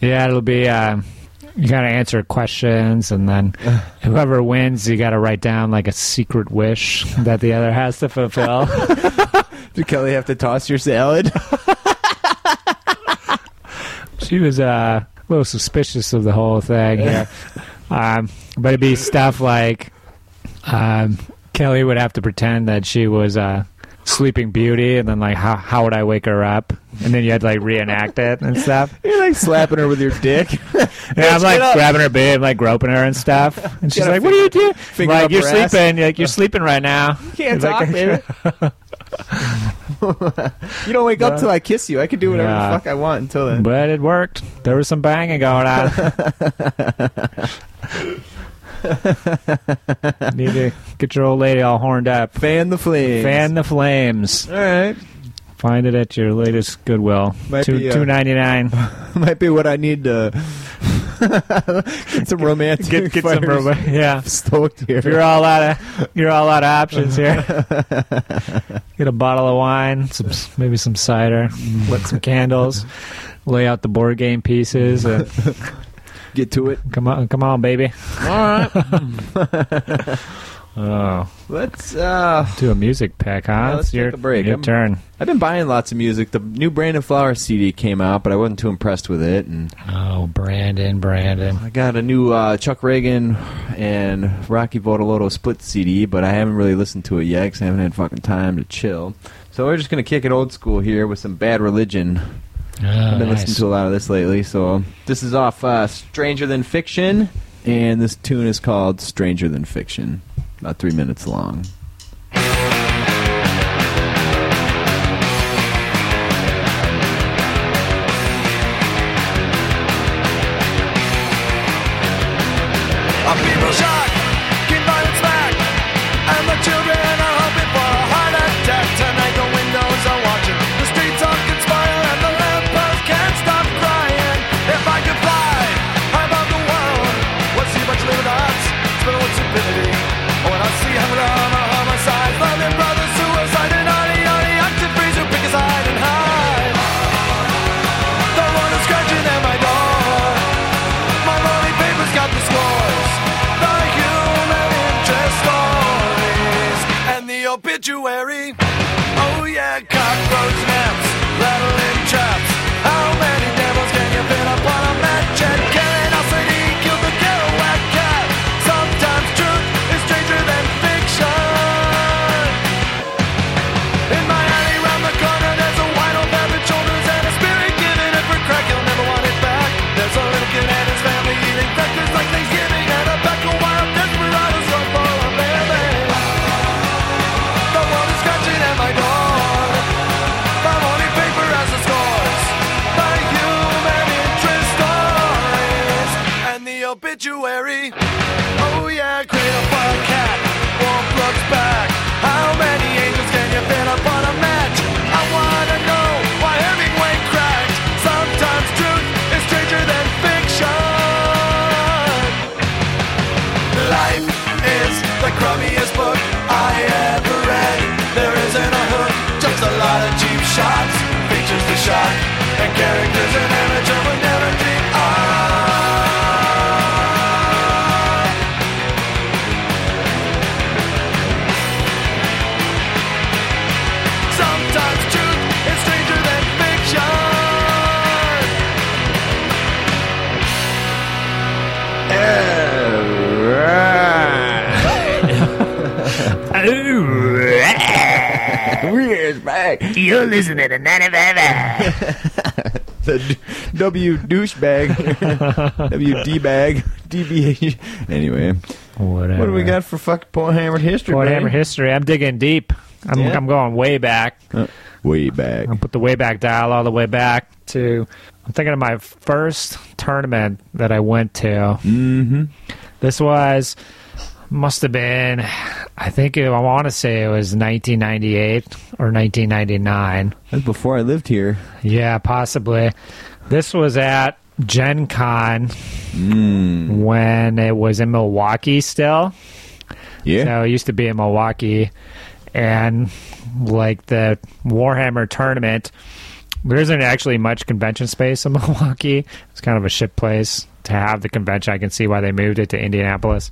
Speaker 2: yeah, it'll be. um you gotta answer questions,
Speaker 1: [LAUGHS]
Speaker 2: and then whoever wins, you gotta write down like a secret wish that the other has to fulfill.
Speaker 1: Did Kelly have to toss your salad? [LAUGHS]
Speaker 2: she was uh, a little suspicious of the whole
Speaker 1: [LAUGHS]
Speaker 2: thing. Yeah. um, but it'd be stuff like um, Kelly would have to pretend that she was uh, Sleeping Beauty, and then like, how how would I wake her up? And then you had to like reenact it
Speaker 1: [LAUGHS]
Speaker 2: and stuff.
Speaker 1: You're like slapping her with your dick.
Speaker 2: [LAUGHS] And I'm like
Speaker 1: get up.
Speaker 2: grabbing her bib, like groping her and stuff. And she's
Speaker 1: Gotta
Speaker 2: like, "What are you doing?
Speaker 1: finger
Speaker 2: Like
Speaker 1: up
Speaker 2: you're
Speaker 1: her ass.
Speaker 2: sleeping. Like you're sleeping right now.
Speaker 1: Can't
Speaker 2: It's like-
Speaker 1: talk, baby. [LAUGHS] you don't wake up till I kiss you. I can do whatever
Speaker 2: Yeah.
Speaker 1: the fuck I want until then.
Speaker 2: But it worked. There was some banging going on. Need to get your old lady all horned up.
Speaker 1: Fan the flames.
Speaker 2: Fan the flames.
Speaker 1: All right. [LAUGHS]
Speaker 2: Find it at your latest Goodwill.
Speaker 1: Might
Speaker 2: Two
Speaker 1: be, uh,
Speaker 2: two ninety nine.
Speaker 1: Might be what I need to [LAUGHS] get some romantic.
Speaker 2: Get get some
Speaker 1: fires
Speaker 2: rubber. [LAUGHS] Yeah.
Speaker 1: [LAUGHS] Stoked
Speaker 2: You're
Speaker 1: here.
Speaker 2: all out of you're all out of options here. Get a bottle of wine, some maybe some cider, lit some candles, lay out the board game pieces, and
Speaker 1: Get to it.
Speaker 2: come on, come on, baby.
Speaker 1: All right.
Speaker 2: Oh.
Speaker 1: [LAUGHS] Let's. uh
Speaker 2: Do a music pick, huh?
Speaker 1: Yeah, let's
Speaker 2: It's
Speaker 1: take
Speaker 2: your,
Speaker 1: a break.
Speaker 2: Your
Speaker 1: I'm-
Speaker 2: turn.
Speaker 1: I've been buying lots of music. The new Brandon Flower CD came out, but I wasn't too impressed with it, and
Speaker 2: Oh, Brandon, Brandon.
Speaker 1: I got a new uh, Chuck Reagan and Rocky Votoloto split CD, but I haven't really listened to it yet because I haven't had fucking time to chill. So we're just gonna kick it old school here with some Bad Religion.
Speaker 2: Oh,
Speaker 1: I've been listening to a lot of this lately. So um, this is off uh, Stranger Than Fiction, and this tune is called Stranger Than Fiction. About three minutes long.
Speaker 4: Stranger shock, keep violence back. And the children are hoping for a heart attack. Tonight the windows are watching, the streets all conspire, and the lampposts can't stop crying. If I could fly high above the world, would see much living arts, spill with stupidity. When I see how love are homicides, loving brothers, suicide, and naughty, naughty, action freeze who pick a side and hide. The one who's scratching at my door. My lonely paper's got the scores, the human interest stories, and the obituary. Oh yeah, cockroach naps, rattling traps. How many devils can you fit upon a matchet? Curiosity killed the Kerouac cat. Sometimes truth is stranger than fiction. In my alley round the corner, there's a wide old bandit shoulders and a spirit giving every crack. He'll never want it back. There's a little kid and his family eating breakfast like Thanksgiving and a pack of wild desperados run for a baby. The one is scratching at my door. The morning paper has the scores. The human interest stories and the obituary. Oh yeah, cradle for a cat. Wolf looks back. How many angels can you fit upon a match? I wanna know why Hemingway cracked. Sometimes truth is stranger than fiction. Life is the crummiest book I ever read. There isn't a hook, just a lot of cheap shots, features to shock, and characters an amateur would never Ah, dream of. Sometimes truth is stranger than fiction.
Speaker 5: You're listening to 95
Speaker 1: [LAUGHS] the d- W douchebag,
Speaker 2: [LAUGHS]
Speaker 1: W D bag, DBH. Anyway,
Speaker 2: Whatever.
Speaker 1: what do we got for fuck Point Hammer history?
Speaker 2: Fort
Speaker 1: man?
Speaker 2: Hammer history. I'm digging deep. I'm,
Speaker 1: Yeah.
Speaker 2: I'm going way back.
Speaker 1: Uh, way back.
Speaker 2: I'll put the way back dial all the way back to. I'm thinking of my first tournament that I went to.
Speaker 1: Mm-hmm.
Speaker 2: This was must have been. I think it, I want to say it was 1998 or 1999.
Speaker 1: That's before I lived here.
Speaker 2: Yeah, possibly. This was at Gen Con
Speaker 1: Mm.
Speaker 2: when it was in Milwaukee still.
Speaker 1: Yeah.
Speaker 2: So it used to be in Milwaukee. And like the Warhammer tournament, there isn't actually much convention space in [LAUGHS] Milwaukee. It's kind of a shit place to have the convention. I can see why they moved it to Indianapolis.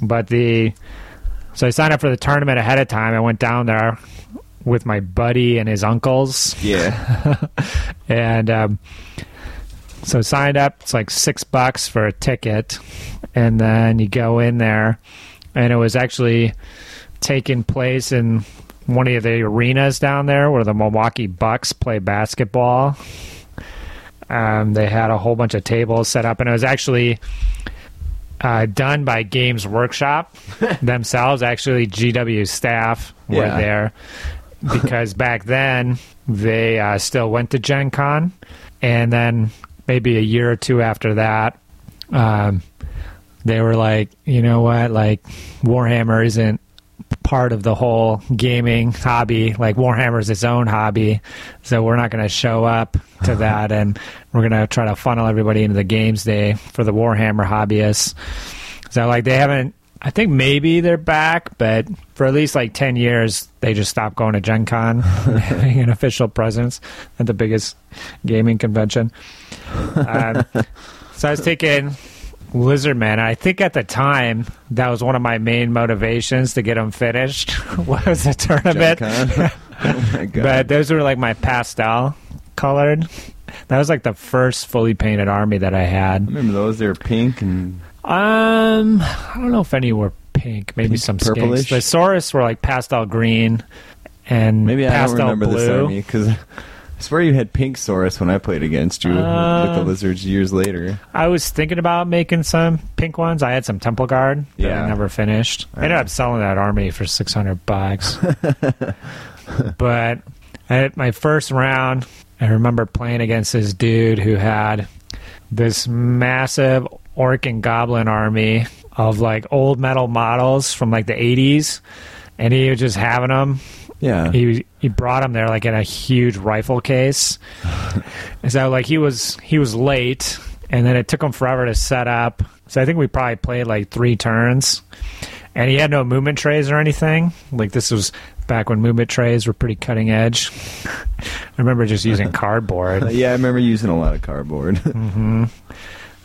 Speaker 2: But the. So I signed up for the tournament ahead of time. I went down there with my buddy and his uncles
Speaker 1: Yeah.
Speaker 2: and um, so signed up. It's like six bucks for a ticket, and then you go in there, and it was actually taking place in one of the arenas down there where the Milwaukee Bucks play basketball. Um, they had a whole bunch of tables set up, and it was actually uh, done by Games Workshop themselves. Actually, GW staff were
Speaker 1: Yeah.
Speaker 2: there because back then they uh, still went to Gen Con. And then maybe a year or two after that, um, they were like, you know what? Like, Warhammer isn't part of the whole gaming hobby. Like, Warhammer's its own hobby. So we're not going to show up to that. And we're going to try to funnel everybody into the games day for the Warhammer hobbyists. So like they haven't. I think maybe they're back, but for at least like ten years, they just stopped going to
Speaker 1: [LAUGHS]
Speaker 2: Gen Con, and having an official presence at the biggest gaming convention. Um, so I was taking Lizardman. I think at the time that was one of my main motivations to get them finished [LAUGHS] was the tournament.
Speaker 1: Gen Con. oh
Speaker 2: [LAUGHS]
Speaker 1: my god.
Speaker 2: But those were like my pastel colored. That was like the first fully painted army that I had.
Speaker 1: Remember those? They were pink and
Speaker 2: Um, I don't know if any were pink. Maybe
Speaker 1: Pink,
Speaker 2: some
Speaker 1: purplish?
Speaker 2: skinks. The Saurus were like pastel green and
Speaker 1: maybe I don't
Speaker 2: pastel
Speaker 1: remember
Speaker 2: blue.
Speaker 1: this army because I swear you had pink Saurus when I played against you with the
Speaker 2: Uh,
Speaker 1: lizards years later.
Speaker 2: I was thinking about making some pink ones. I had some Temple Guard that
Speaker 1: Yeah.
Speaker 2: I never finished. I ended up selling that army for six hundred bucks. but at my first round, I remember playing against this dude who had this massive orc and goblin army of like old metal models from like the 80s, and he was just having them.
Speaker 1: Yeah.
Speaker 2: He he brought them there like in a huge rifle case. And so like he was he was late, and then it took him forever to set up. So I think we probably played like three turns, and he had no movement trays or anything. Like this was back when movement trays were pretty cutting edge. [LAUGHS] I remember just using cardboard.
Speaker 1: yeah, I remember using a lot of cardboard. [LAUGHS]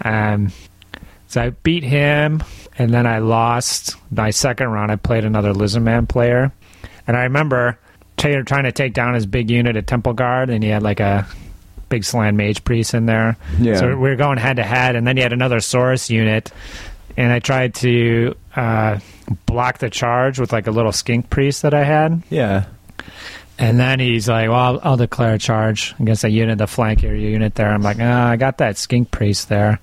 Speaker 2: Um, so I beat him, and then I lost my second round. I played another Lizard Man player, and I remember Taylor trying to take down his big unit at Temple Guard, and he had like a big slant mage priest in there.
Speaker 1: Yeah.
Speaker 2: So we were going head to head, and then he had another Saurus unit, and I tried to uh, block the charge with like a little skink priest that I had.
Speaker 1: yeah.
Speaker 2: And then he's like, "Well, I'll, I'll declare a charge against that unit, the flank area unit there." I'm like, "Ah, I got that skink priest there."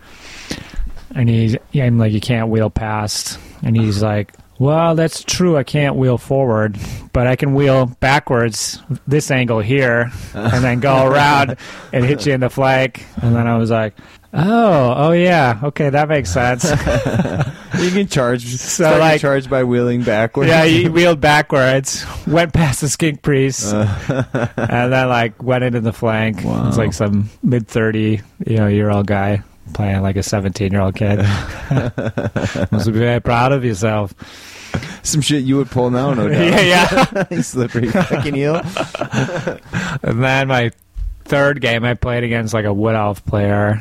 Speaker 2: And he's, yeah, I'm like, "You can't wheel past." And he's like, "Well, that's true. I can't wheel forward, but I can wheel backwards this angle here, and then go around and hit you in the flank." And then I was like, "Oh, oh yeah, okay, that makes sense."
Speaker 1: You can
Speaker 2: [LAUGHS]
Speaker 1: charge so
Speaker 2: like-
Speaker 1: charge by wheeling backwards.
Speaker 2: Yeah, he wheeled backwards, [LAUGHS] went past the skink priest, Uh. [LAUGHS] and then like went into the flank.
Speaker 1: Wow.
Speaker 2: It's like some mid thirty, you know, year old guy playing like a seventeen year old [LAUGHS] kid. Must be very proud of yourself.
Speaker 1: [LAUGHS] Some shit you would pull now, no doubt.
Speaker 2: [LAUGHS] Yeah,
Speaker 1: [LAUGHS]
Speaker 2: yeah. [LAUGHS]
Speaker 1: Slippery fucking heel.
Speaker 2: And then my third game, I played against like a wood elf player,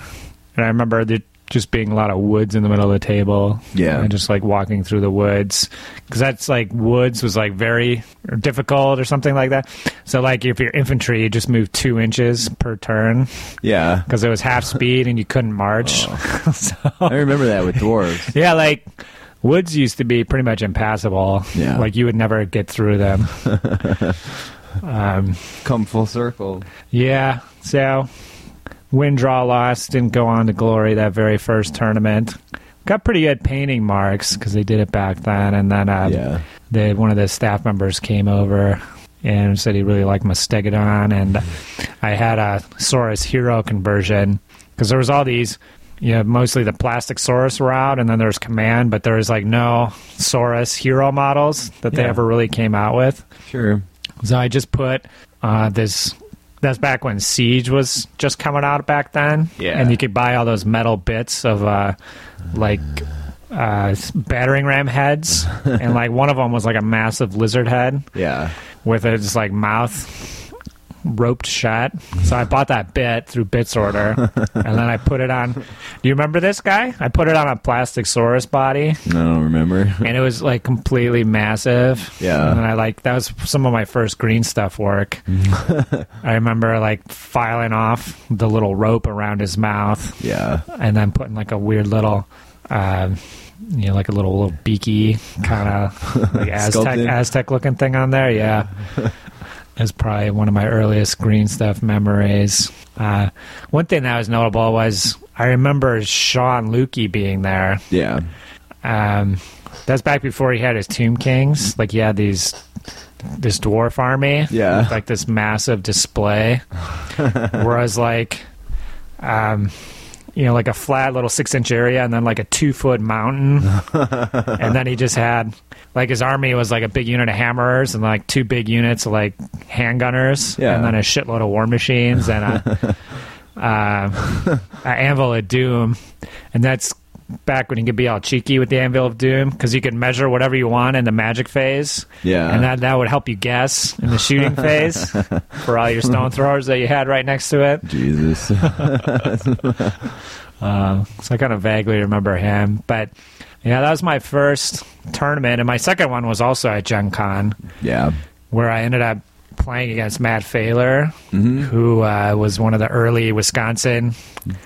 Speaker 2: and I remember there just being a lot of woods in the middle of the table.
Speaker 1: Yeah.
Speaker 2: and just like walking through the woods because that's like woods was like very difficult or something like that. So like if your infantry you just moved two inches per turn
Speaker 1: [LAUGHS] Yeah.
Speaker 2: because it
Speaker 1: [LAUGHS]
Speaker 2: was half speed and you couldn't march.
Speaker 1: Oh.
Speaker 2: [LAUGHS] so
Speaker 1: I remember that with dwarves.
Speaker 2: yeah, like woods used to be pretty much impassable.
Speaker 1: Yeah.
Speaker 2: like you would never get through them. um,
Speaker 1: Come full circle.
Speaker 2: yeah, so win, draw, loss. Didn't go on to glory that very first tournament. Got pretty good painting marks because they did it back then, and then uh,
Speaker 1: yeah.
Speaker 2: the one of the staff members came over and said he really liked my stegodon and i had a saurus hero conversion because there was all these you know mostly the plastic saurus were out and then there's command but there was like no saurus hero models that they
Speaker 1: Yeah.
Speaker 2: ever really came out with
Speaker 1: Sure.
Speaker 2: so I just put uh, this. That's back when Siege was just coming out back then.
Speaker 1: Yeah.
Speaker 2: And you could buy all those metal bits of uh, like uh, s- battering ram heads. and like one of them was like a massive lizard head
Speaker 1: Yeah.
Speaker 2: with its like mouth roped shut. So I bought that bit through Bits Order. and then I put it on. Do you remember this guy? I put it on a plastic Saurus body
Speaker 1: I don't remember. [LAUGHS]
Speaker 2: and it was like completely massive.
Speaker 1: Yeah.
Speaker 2: And I like that was some of my first green stuff work. [LAUGHS] I remember like filing off the little rope around his mouth
Speaker 1: Yeah.
Speaker 2: and then putting like a weird little um you know, like a little little beaky kind of like Aztec
Speaker 1: Sculpted.
Speaker 2: Aztec looking thing on there, yeah. It's probably one of my earliest green stuff memories. Uh, one thing that was notable was I remember Sean Lukey being there
Speaker 1: Yeah.
Speaker 2: um, that's back before he had his Tomb Kings. Like he had these this dwarf army,
Speaker 1: Yeah.
Speaker 2: with, like this massive
Speaker 1: [LAUGHS]
Speaker 2: display. Whereas like, um, you know, like a flat little six inch area, and then like a two foot
Speaker 1: [LAUGHS]
Speaker 2: mountain, and then he just had like his army was like a big unit of hammerers and like two big units of like handgunners,
Speaker 1: Yeah.
Speaker 2: and then a shitload of war machines
Speaker 1: [LAUGHS]
Speaker 2: and a. uh, a anvil of doom, and that's back when you could be all cheeky with the anvil of doom because you could measure whatever you want in the magic phase.
Speaker 1: Yeah.
Speaker 2: and that that would help you guess in the shooting phase for all your stone throwers that you had right next to it.
Speaker 1: Jesus.
Speaker 2: [LAUGHS] Um, so I kind of vaguely remember him, but yeah, that was my first tournament, and my second one was also at Gen Con
Speaker 1: yeah.
Speaker 2: where I ended up playing against Matt Failer, who uh, was one of the early Wisconsin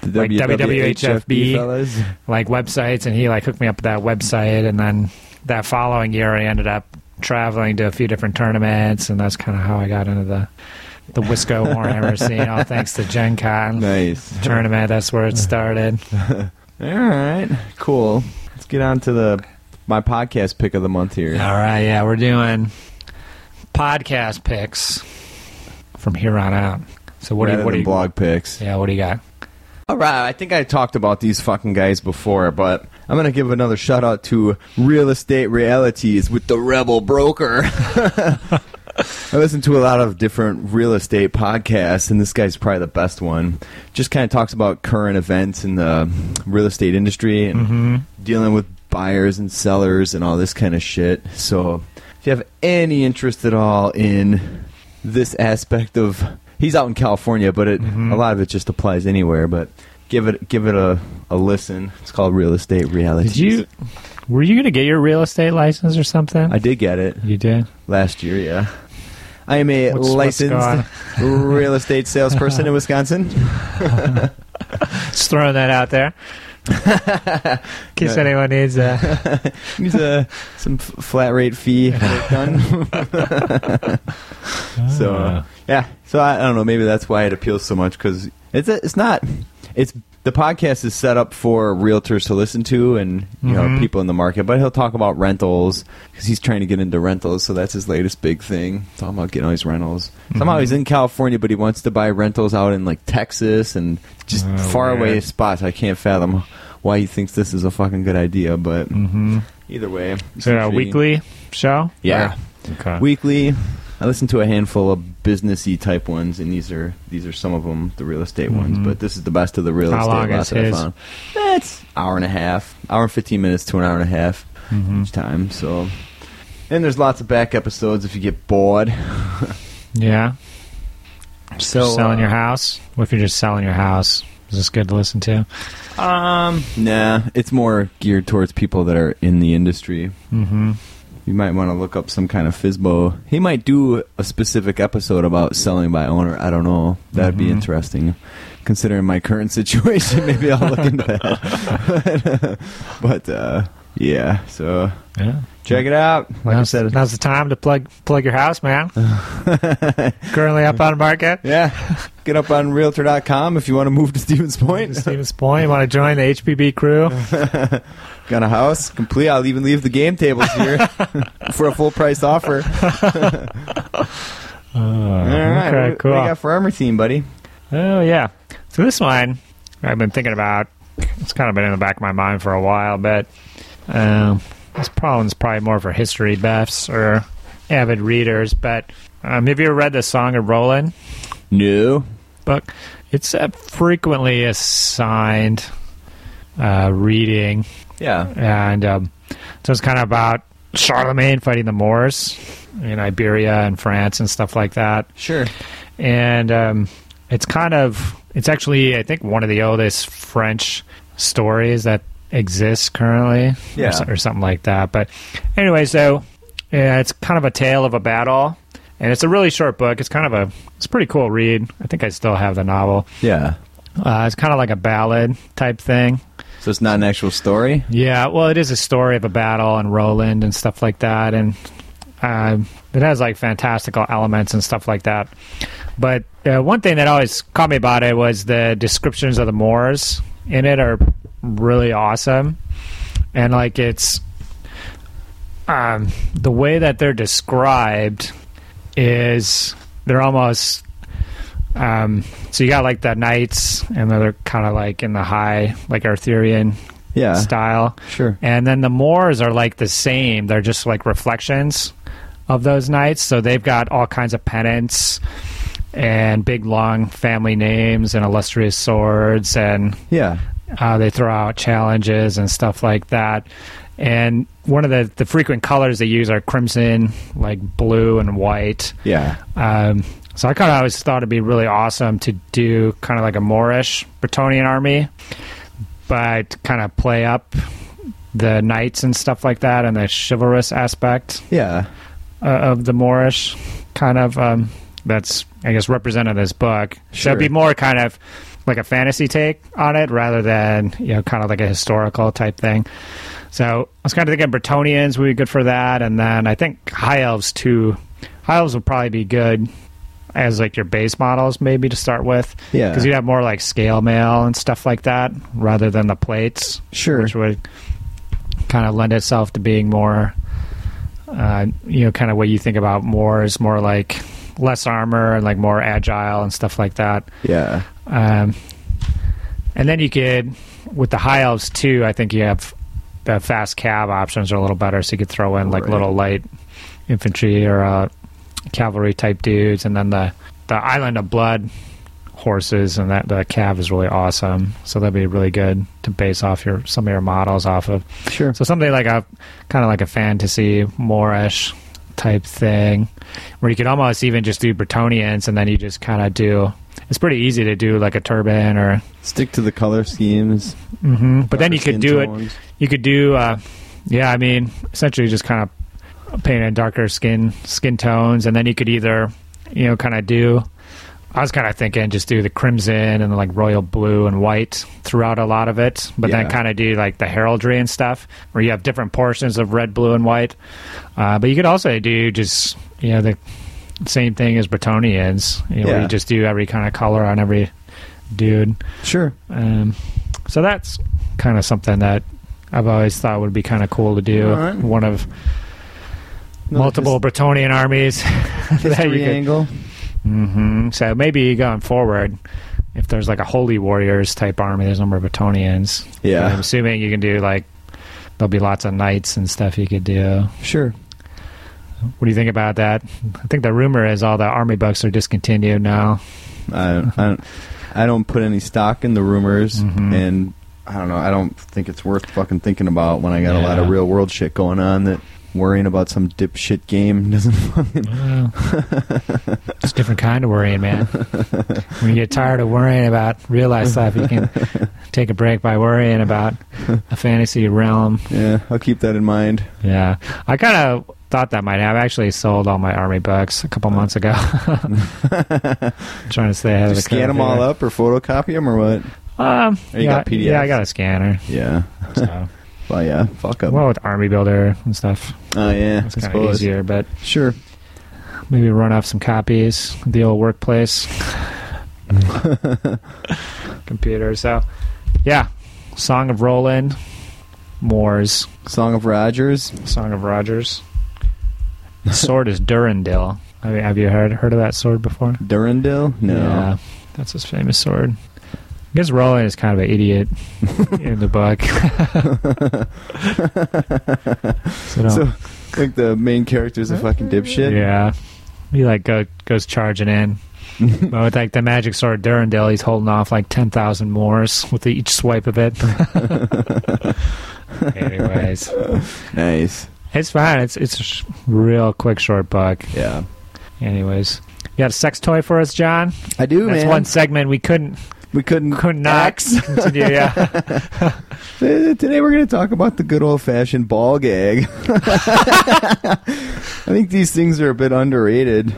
Speaker 1: The
Speaker 2: Like WWHFB.
Speaker 1: fellas.
Speaker 2: like websites and he like hooked me up with that website and then that following year I ended up traveling to a few different tournaments and that's kind of how I got into the the [LAUGHS] Wisco Warhammer scene all thanks to Gen Con
Speaker 1: Nice.
Speaker 2: tournament that's where it started
Speaker 1: All right. Cool. Let's get on to the my podcast pick of the month here.
Speaker 2: all right yeah we're doing podcast picks from here on out so what do
Speaker 1: Rather
Speaker 2: you what do
Speaker 1: than
Speaker 2: you
Speaker 1: blog picks?
Speaker 2: yeah what do you got
Speaker 1: All right, I think I talked about these fucking guys before, but I'm going to give another shout out to Real Estate Realities with the Rebel Broker. [LAUGHS] I listen to a lot of different real estate podcasts, and this guy's probably the best one. Just kind of talks about current events in the real estate industry and
Speaker 2: Mm-hmm.
Speaker 1: dealing with buyers and sellers and all this kind of shit. So, if you have any interest at all in this aspect of, he's out in California, but it,
Speaker 2: Mm-hmm.
Speaker 1: a lot of it just applies anywhere. But give it give it a, a listen. It's called Real Estate Reality.
Speaker 2: Did you? Were you going to get your real estate license or something?
Speaker 1: I did get it
Speaker 2: you did.
Speaker 1: last year. Yeah, I am a
Speaker 2: What's- what's
Speaker 1: licensed [LAUGHS] real estate salesperson in
Speaker 2: [LAUGHS]
Speaker 1: Wisconsin.
Speaker 2: Just throwing that out [LAUGHS] there. In case
Speaker 1: Yeah.
Speaker 2: anyone needs that.
Speaker 1: [LAUGHS] Use a some f- flat rate fee when it's done. [LAUGHS] so uh, yeah, so I, I don't know. Maybe that's why it appeals so much because it's it's not it's the podcast is set up for realtors to listen to and you know people in the market. But he'll talk about rentals because he's trying to get into rentals, so that's his latest big thing. Talking about getting all these rentals. Somehow he's in California, but he wants to buy rentals out in like Texas and just
Speaker 2: Oh,
Speaker 1: far away
Speaker 2: weird.
Speaker 1: spots. I can't fathom. Why he thinks this is a fucking good idea, but Either way, it's
Speaker 2: Is it a
Speaker 1: intriguing.
Speaker 2: uh, weekly show?
Speaker 1: Yeah,
Speaker 2: Okay.
Speaker 1: weekly. I listen to a handful of businessy type ones, and these are these are some of them, the real estate ones. But this is the best of the real
Speaker 2: Mm-hmm. How
Speaker 1: estate
Speaker 2: long
Speaker 1: lot
Speaker 2: is
Speaker 1: that I
Speaker 2: his?
Speaker 1: found. That's hour and a half, hour and fifteen minutes to an hour and a half each time. So, and there's lots of back episodes if you get bored.
Speaker 2: Yeah.
Speaker 1: So
Speaker 2: selling
Speaker 1: uh,
Speaker 2: your house? What if you're just selling your house? Is this good to listen to?
Speaker 1: Um, nah, it's more geared towards people that are in the industry. Mm-hmm. You might want to look up some kind of Fizbo. He might do a specific episode about selling by owner. I don't know. That'd
Speaker 2: Mm-hmm.
Speaker 1: be interesting. Considering my current [LAUGHS] situation, maybe I'll look into that. [LAUGHS] but uh, yeah, so
Speaker 2: Yeah.
Speaker 1: check it out. Like
Speaker 2: now's,
Speaker 1: I said,
Speaker 2: now's the time to plug plug your
Speaker 1: [LAUGHS]
Speaker 2: house, man. Currently up on market.
Speaker 1: yeah, get up on Realtor.com if you want to move to Stevens Point.
Speaker 2: Stevens Point, you want to join the HPB crew?
Speaker 1: Got a house complete. I'll even leave the game tables here [LAUGHS] for a full price offer. All right,
Speaker 2: Uh-huh. okay,
Speaker 1: what,
Speaker 2: cool.
Speaker 1: what do you got for armor theme, buddy?
Speaker 2: Oh yeah. So this one I've been thinking about. It's kind of been in the back of my mind for a while, but um, this problem's probably more for history buffs or avid readers. But um, have you ever read the Song of Roland
Speaker 1: No.
Speaker 2: book? It's a frequently assigned uh, reading,
Speaker 1: Yeah.
Speaker 2: and um, so it's kind of about Charlemagne fighting the Moors in Iberia and France and stuff like that
Speaker 1: Sure.
Speaker 2: and um, it's kind of it's actually I think one of the oldest French stories that exists currently, or
Speaker 1: Yeah.
Speaker 2: so- or, something like that. But anyway, so yeah, it's kind of a tale of a battle, and it's a really short book. It's kind of a it's a pretty cool read. I think I still have the novel.
Speaker 1: Yeah.
Speaker 2: Uh, it's kind of like a ballad type thing.
Speaker 1: So it's not an actual story.
Speaker 2: Yeah, well, it is a story of a battle and Roland and stuff like that, and uh, it has like fantastical elements and stuff like that. But uh, one thing that always caught me about it was the descriptions of the Moors in it are really awesome, and like it's um, the way that they're described is they're almost um, so you got like the knights and they're kind of like in the high like Arthurian
Speaker 1: Yeah.
Speaker 2: style.
Speaker 1: Sure.
Speaker 2: And then the Moors are like the same. They're just like reflections of those knights. So they've got all kinds of pennants and big long family names and illustrious swords and
Speaker 1: Yeah.
Speaker 2: uh, they throw out challenges and stuff like that. And one of the, the frequent colors they use are crimson, like blue and white.
Speaker 1: Yeah.
Speaker 2: Um, so I kind of always thought it'd be really awesome to do kind of like a Moorish Bretonian army, but kind of play up the knights and stuff like that and the chivalrous aspect
Speaker 1: Yeah.
Speaker 2: uh, of the Moorish kind of um, that's I guess represented in this book. So it'd
Speaker 1: Sure.
Speaker 2: be more kind of like a fantasy take on it rather than you know kind of like a historical type thing. So I was kind of thinking Bretonians would be good for that, and then I think High Elves too. High Elves would probably be good as like your base models maybe to start with.
Speaker 1: Yeah.
Speaker 2: because you'd have more like scale mail and stuff like that rather than the plates
Speaker 1: Sure.
Speaker 2: which would kind of lend itself to being more, uh, you know, kind of what you think about more is more like less armor and like more agile and stuff like that.
Speaker 1: Yeah.
Speaker 2: Um, and then you could, with the high elves too, I think you have the fast cab options are a little better, so you could throw in like
Speaker 1: Right.
Speaker 2: little light infantry or uh, cavalry type dudes, and then the the Island of Blood horses, and that the cab is really awesome. So that'd be really good to base off your some of your models off of.
Speaker 1: Sure.
Speaker 2: So something like a kind of like a fantasy Moorish type thing, where you could almost even just do Bretonians, and then you just kind of do. It's pretty easy to do like a turban or,
Speaker 1: Stick to the color schemes.
Speaker 2: Mhm. but then you
Speaker 1: skin
Speaker 2: could do it.
Speaker 1: tones.
Speaker 2: You could do, uh, yeah. I mean, essentially just kind of paint in darker skin skin tones, and then you could either, you know, kind of do. I was kind of thinking just do the crimson and like royal blue and white throughout a lot of it, but
Speaker 1: Yeah.
Speaker 2: then kind of do like the heraldry and stuff where you have different portions of red, blue, and white. Uh, but you could also do just you know the same thing as Bretonians, you know, where
Speaker 1: Yeah.
Speaker 2: you just do every kind of color on every dude.
Speaker 1: Sure.
Speaker 2: Um, so that's kind of something that I've always thought would be kind of cool to do.
Speaker 1: All right.
Speaker 2: One of
Speaker 1: No,
Speaker 2: multiple Bretonian armies. [LAUGHS]
Speaker 1: his- history angle.
Speaker 2: hmm So maybe going forward, if there's like a Holy Warriors type army, there's a number of Bretonians.
Speaker 1: Yeah.
Speaker 2: I'm assuming you can do like there'll be lots of knights and stuff you could do.
Speaker 1: Sure.
Speaker 2: What do you think about that? I think the rumor is all the army books are discontinued now.
Speaker 1: I don't, I don't. I don't put any stock in the rumors,
Speaker 2: Mhm.
Speaker 1: and I don't know. I don't think it's worth fucking thinking about when I got a lot of
Speaker 2: Yeah.
Speaker 1: real world shit going on. That worrying about some dipshit game [LAUGHS] doesn't fucking.
Speaker 2: Well, it's a different kind of worrying, man. When you get tired of worrying about real life stuff, you can take a break by worrying about a fantasy realm.
Speaker 1: Yeah, I'll keep that in mind.
Speaker 2: Yeah. I kind of thought that might have I actually sold all my army books a couple months ago. [LAUGHS] Trying to stay ahead of the
Speaker 1: Just scan
Speaker 2: curve
Speaker 1: them all
Speaker 2: here.
Speaker 1: up or photocopy them or what?
Speaker 2: Um,
Speaker 1: Or you
Speaker 2: yeah,
Speaker 1: got PDFs?
Speaker 2: yeah, I got a scanner.
Speaker 1: Yeah.
Speaker 2: So.
Speaker 1: Well, yeah. Fuck up.
Speaker 2: well, with Army Builder and stuff,
Speaker 1: oh yeah.
Speaker 2: it's
Speaker 1: I
Speaker 2: kind of
Speaker 1: suppose.
Speaker 2: easier, but
Speaker 1: Sure.
Speaker 2: maybe run off some copies of the old workplace computer. So, yeah, Song of Roland, Moors,
Speaker 1: Song of Rogers.
Speaker 2: Song of Rogers. The sword is Durandal. I mean, have you heard heard of that sword before?
Speaker 1: Durandal. No.
Speaker 2: Yeah, that's his famous sword. I guess Roland is kind of an idiot in the book. [LAUGHS] so don't-
Speaker 1: So, like the main character's a fucking dipshit.
Speaker 2: Yeah. He like go, goes charging in. but with like the magic sword Durandal, he's holding off like ten thousand Moors with each swipe of it. Anyways,
Speaker 1: Nice.
Speaker 2: it's fine. It's it's a sh- real quick short book.
Speaker 1: Yeah.
Speaker 2: Anyways, you got a sex toy for us, John?
Speaker 1: I do,
Speaker 2: That's
Speaker 1: man.
Speaker 2: one segment we couldn't
Speaker 1: We couldn't.
Speaker 2: couldn't not
Speaker 1: Axe.
Speaker 2: continue. Yeah,
Speaker 1: Uh, Today we're going to talk about the good old fashioned ball gag. [LAUGHS] I think these things are a bit underrated.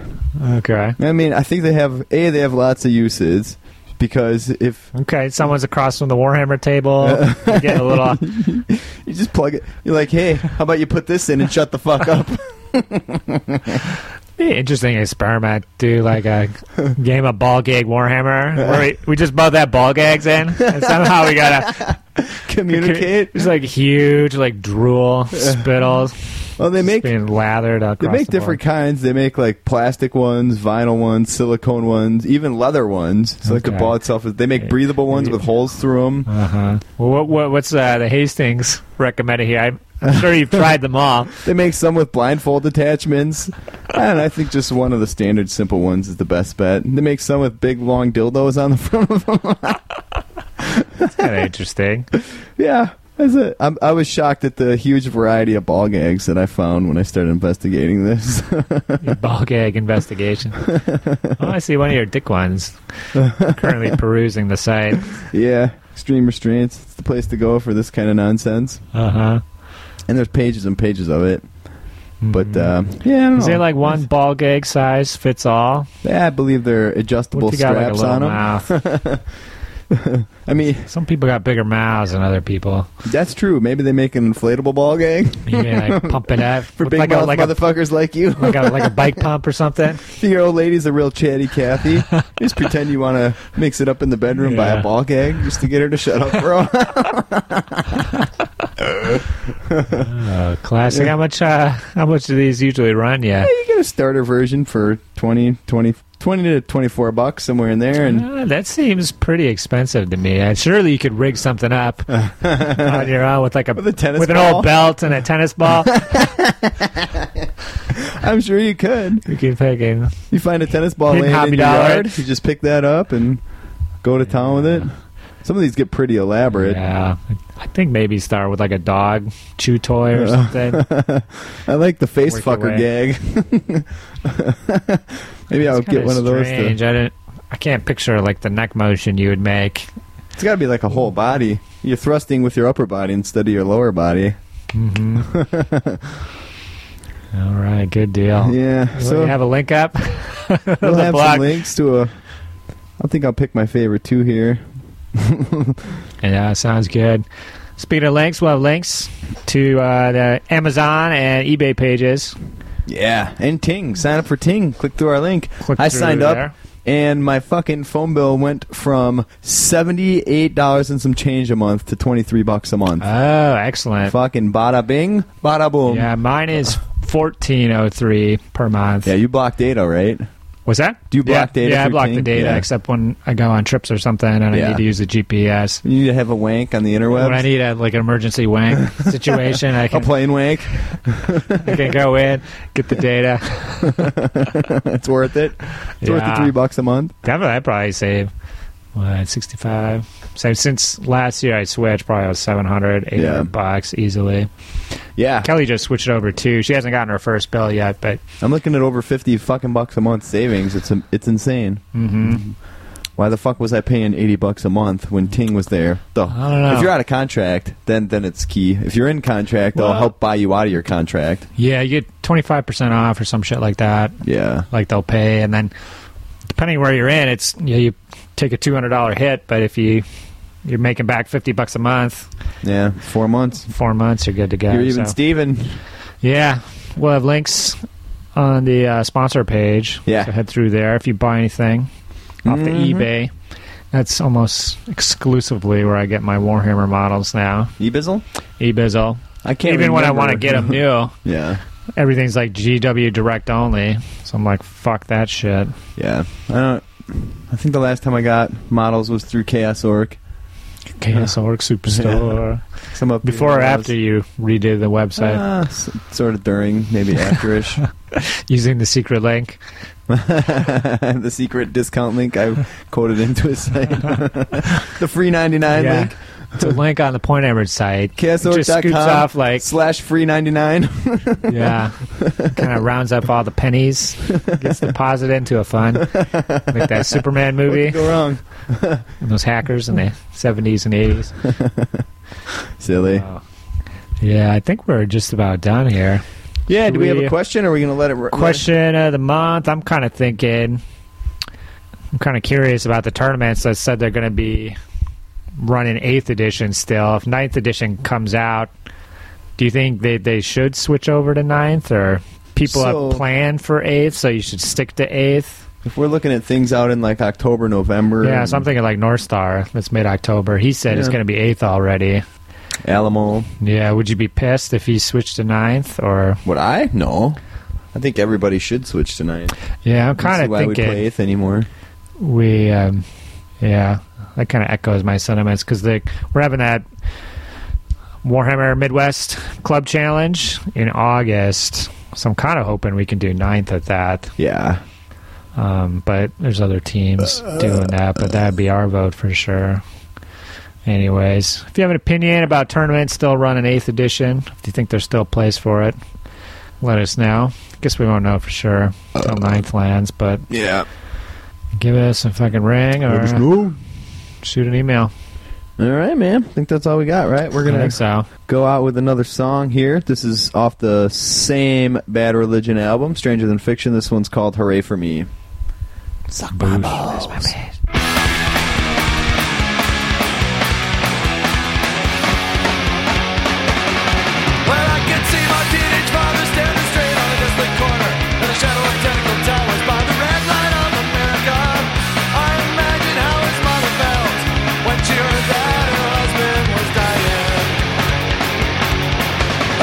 Speaker 2: okay,
Speaker 1: I mean, I think they have a they have lots of uses because if
Speaker 2: okay. Someone's across from the Warhammer table. You get a little.
Speaker 1: you just plug it, you're like, hey, how about you put this in and shut the fuck up? [LAUGHS]
Speaker 2: Be an interesting experiment. Do like a game of ball gag Warhammer where we, we just both have ball gags in, and somehow we
Speaker 1: [LAUGHS]
Speaker 2: gotta [LAUGHS]
Speaker 1: Communicate.
Speaker 2: It's like huge, like drool spittles
Speaker 1: Well, [LAUGHS] they make
Speaker 2: being lathered across.
Speaker 1: they make
Speaker 2: the board.
Speaker 1: different kinds. They make like plastic ones, vinyl ones, silicone ones, even leather ones. So like the
Speaker 2: Okay.
Speaker 1: ball itself is. They make breathable ones with holes through them.
Speaker 2: Uh-huh. Well, what, what, what's uh, the Hastings recommended here? I'm I'm sure you've tried them all.
Speaker 1: They make some with blindfold attachments. And I think just one of the standard simple ones is the best bet. They make some with big long dildos on the [LAUGHS] front of them.
Speaker 2: It's kind of interesting. [LAUGHS]
Speaker 1: yeah. That's it. I'm, I was shocked at the huge variety of ball gags that I found when I started investigating this. [LAUGHS]
Speaker 2: Your ball gag investigation. Oh, I see one of your dick ones. Currently perusing the site.
Speaker 1: yeah, extreme restraints. It's the place to go for this kind of nonsense.
Speaker 2: Uh huh.
Speaker 1: And there's pages and pages of it. But uh, yeah, I don't
Speaker 2: Mm-hmm. Is
Speaker 1: know.
Speaker 2: there like one ball gag size fits all?
Speaker 1: Yeah, I believe they're adjustable
Speaker 2: What if you got like a
Speaker 1: straps
Speaker 2: little
Speaker 1: on them.
Speaker 2: mouth?
Speaker 1: [LAUGHS] I mean, [LAUGHS]
Speaker 2: Some people got bigger mouths than other people.
Speaker 1: that's true. Maybe they make an inflatable ball gag
Speaker 2: You may like pump it up
Speaker 1: [LAUGHS] for
Speaker 2: with
Speaker 1: big
Speaker 2: like
Speaker 1: mouth
Speaker 2: a like a,
Speaker 1: motherfuckers like
Speaker 2: [LAUGHS]
Speaker 1: you. [LAUGHS]
Speaker 2: like a like a bike pump or something.
Speaker 1: Your old lady's a real chatty
Speaker 2: [LAUGHS]
Speaker 1: Cathy. just pretend you want to mix it up in the bedroom by a
Speaker 2: Yeah.
Speaker 1: ball gag just to get her to shut up, bro.
Speaker 2: Uh, classic. How much? Uh, how much do these usually run? Yeah,
Speaker 1: [LAUGHS] you get a starter version for 20, 20, 20 to 24 bucks, somewhere in there. And
Speaker 2: Uh, that seems pretty expensive to me. Uh, surely you could rig
Speaker 1: [LAUGHS]
Speaker 2: something up on your own with like a
Speaker 1: With a tennis
Speaker 2: with an
Speaker 1: ball?
Speaker 2: old belt and a
Speaker 1: [LAUGHS]
Speaker 2: tennis ball.
Speaker 1: I'm sure you could.
Speaker 2: you keep picking.
Speaker 1: You find a tennis ball
Speaker 2: Hidden
Speaker 1: laying in
Speaker 2: hobby
Speaker 1: your
Speaker 2: dollar.
Speaker 1: yard, you just pick that up and go to town with it. Some of these get pretty elaborate.
Speaker 2: Yeah, I think maybe start with like a dog chew toy
Speaker 1: [LAUGHS]
Speaker 2: or something.
Speaker 1: I like the face
Speaker 2: Work
Speaker 1: fucker
Speaker 2: away.
Speaker 1: gag. [LAUGHS] Maybe I
Speaker 2: It's
Speaker 1: would
Speaker 2: kinda
Speaker 1: get one of those. To,
Speaker 2: strange. I didn't. I can't picture like the neck motion you would make.
Speaker 1: it's got to be like a whole body. You're thrusting with your upper body instead of your lower body.
Speaker 2: Mm-hmm.
Speaker 1: [LAUGHS]
Speaker 2: All right, good deal.
Speaker 1: Yeah.
Speaker 2: So
Speaker 1: So
Speaker 2: Oh. you have a link up.
Speaker 1: [LAUGHS]
Speaker 2: [LAUGHS]
Speaker 1: we'll
Speaker 2: the
Speaker 1: have
Speaker 2: blog.
Speaker 1: some links to a. I think I'll pick my favorite two here.
Speaker 2: Yeah, sounds good. Speaking of links, we'll have links to uh, the Amazon and eBay pages.
Speaker 1: Yeah, and Ting. Sign up for Ting. Click through our link.
Speaker 2: Click
Speaker 1: I
Speaker 2: through
Speaker 1: signed
Speaker 2: there.
Speaker 1: up, and my fucking phone bill went from seventy-eight dollars and some change a month to twenty-three bucks a month.
Speaker 2: Oh, excellent.
Speaker 1: fucking bada bing, bada boom.
Speaker 2: Yeah, mine is fourteen oh three per month.
Speaker 1: Yeah, you block data, right?
Speaker 2: Was that?
Speaker 1: Do you block
Speaker 2: yeah,
Speaker 1: data
Speaker 2: Yeah, I
Speaker 1: through
Speaker 2: block the
Speaker 1: Ting?
Speaker 2: data
Speaker 1: Yeah.
Speaker 2: except when I go on trips or something and
Speaker 1: Yeah.
Speaker 2: I need to use the GPS.
Speaker 1: You need to have a wank on the
Speaker 2: When I
Speaker 1: interwebs.
Speaker 2: need a like an
Speaker 1: [LAUGHS]
Speaker 2: emergency wank situation, I
Speaker 1: A
Speaker 2: can,
Speaker 1: plain wank. [LAUGHS]
Speaker 2: I can go in, get the data.
Speaker 1: It's worth it. It's worth the
Speaker 2: Yeah.
Speaker 1: three bucks a month.
Speaker 2: Definitely, I probably save what sixty five. So since last year, I switched probably was 700, 800
Speaker 1: Yeah.
Speaker 2: bucks easily.
Speaker 1: Yeah,
Speaker 2: Kelly just switched over too. She hasn't gotten her first bill yet, but
Speaker 1: I'm looking at over fifty fucking bucks a month savings. It's it's insane.
Speaker 2: mhm.
Speaker 1: Why the fuck was I paying eighty bucks a month when Ting was there? Though,
Speaker 2: I don't know.
Speaker 1: if you're out of contract, then then it's key. If you're in contract, they'll
Speaker 2: Well-
Speaker 1: help buy you out of your contract.
Speaker 2: yeah, you get twenty five percent off or some shit like that.
Speaker 1: Yeah,
Speaker 2: Like they'll pay, and then depending where you're in, it's yeah you take a two hundred dollar hit, but if you you're making back fifty bucks a month,
Speaker 1: yeah, four months.
Speaker 2: four months, you're good to go.
Speaker 1: you're even
Speaker 2: so-
Speaker 1: Steven.
Speaker 2: Yeah, we'll have links on the uh, sponsor page.
Speaker 1: Yeah.
Speaker 2: so head through there if you buy anything off the
Speaker 1: Mhm.
Speaker 2: eBay. That's almost exclusively where I get my Warhammer models now.
Speaker 1: Ebizzle.
Speaker 2: eBizzle.
Speaker 1: I can't
Speaker 2: Even when I
Speaker 1: remember.
Speaker 2: want to get them new,
Speaker 1: [LAUGHS] yeah,
Speaker 2: everything's like GW direct only. So I'm like, fuck that shit.
Speaker 1: yeah. I don't. I think the last time I got models was through Chaos Orc.
Speaker 2: Chaos Orc Superstore.
Speaker 1: Some up
Speaker 2: Before
Speaker 1: here
Speaker 2: or after you redid the
Speaker 1: was-
Speaker 2: website
Speaker 1: Ah, s- sort of during,
Speaker 2: [LAUGHS]
Speaker 1: maybe afterish. [LAUGHS] Ah.
Speaker 2: using the secret link.
Speaker 1: the secret discount link I coded into his site. [LAUGHS] the free ninety nine
Speaker 2: Yeah.
Speaker 1: link.
Speaker 2: It's a link on the Point Average site. It just scoots
Speaker 1: KSORC.com
Speaker 2: off like
Speaker 1: slash free 99
Speaker 2: Yeah. kind of rounds up all the pennies, gets deposited into a fund. Like that Superman movie,
Speaker 1: go wrong
Speaker 2: and those hackers in the 70s and 80s.
Speaker 1: silly
Speaker 2: Wow. Yeah, I think we're just about done here.
Speaker 1: yeah
Speaker 2: Should
Speaker 1: do we have
Speaker 2: we-
Speaker 1: a question or are we gonna let it r-
Speaker 2: Question of the month. I'm kind of thinking, I'm kind of curious about the tournaments that said they're going to be running 8th edition still. If ninth edition comes out, do you think they, they should switch over to ninth, or people
Speaker 1: So-
Speaker 2: have planned for 8th, so you should stick to 8th?
Speaker 1: if we're looking at things out in like october november
Speaker 2: Yeah,
Speaker 1: and
Speaker 2: so I'm thinking like North Star. That's mid October. He said it's
Speaker 1: Yeah.
Speaker 2: going to be eighth already.
Speaker 1: alamo
Speaker 2: Yeah, would you be pissed if he switched to ninth? Or
Speaker 1: would i no i think everybody should switch tonight
Speaker 2: yeah, I'm
Speaker 1: I don't see
Speaker 2: kind of
Speaker 1: why we play
Speaker 2: thinking
Speaker 1: eighth anymore
Speaker 2: we, um, yeah, that kind of echoes my sentiments because we're having that Warhammer Midwest Club Challenge in August. So I'm kind of hoping we can do ninth at that.
Speaker 1: yeah
Speaker 2: Um, but there's other teams doing that, but that'd be our vote for sure. Anyways, if you have an opinion about tournaments still running eighth edition, if you think there's still a place for it, let us know. Guess we won't know for sure till ninth lands, but
Speaker 1: yeah
Speaker 2: give us a fucking ring or
Speaker 1: all
Speaker 2: shoot an email.
Speaker 1: right man i think that's all we got right we're
Speaker 2: I
Speaker 1: gonna
Speaker 2: think so.
Speaker 1: go out with another song here. This is off the same Bad Religion album, Stranger Than Fiction. This one's called Hooray for Me.
Speaker 4: Well, I can see my teenage father standing straight on a distant corner in the shadow of technical towers by the red light of America. I imagine how his mother felt when she heard that her husband was dying.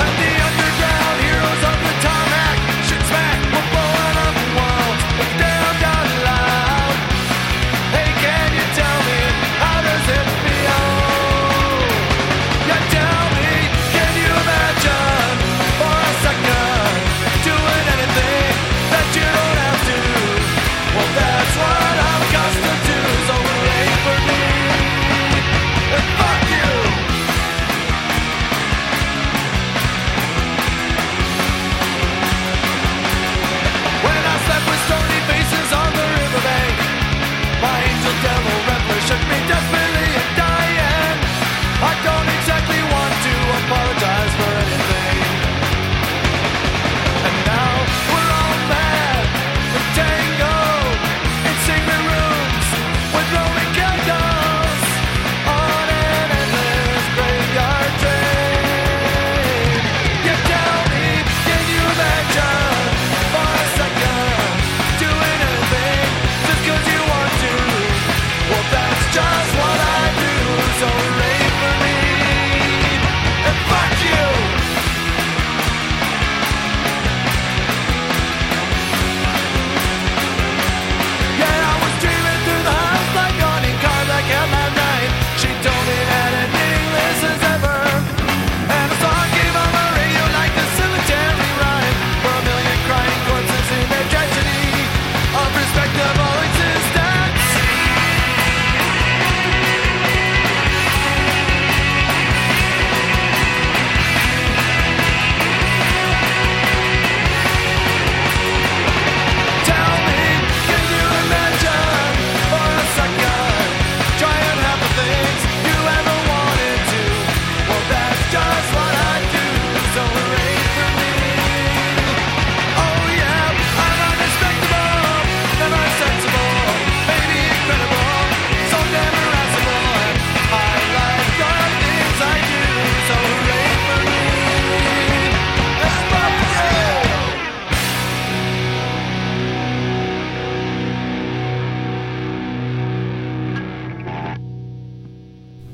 Speaker 4: Oh,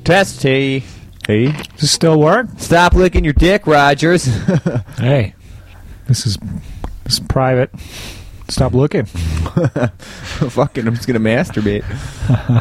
Speaker 1: Testy. Hey.
Speaker 2: Does it still work?
Speaker 1: Stop licking your dick, Rogers. [LAUGHS]
Speaker 2: Hey, this is this is private. Stop looking.
Speaker 1: Fucking, I'm just gonna masturbate.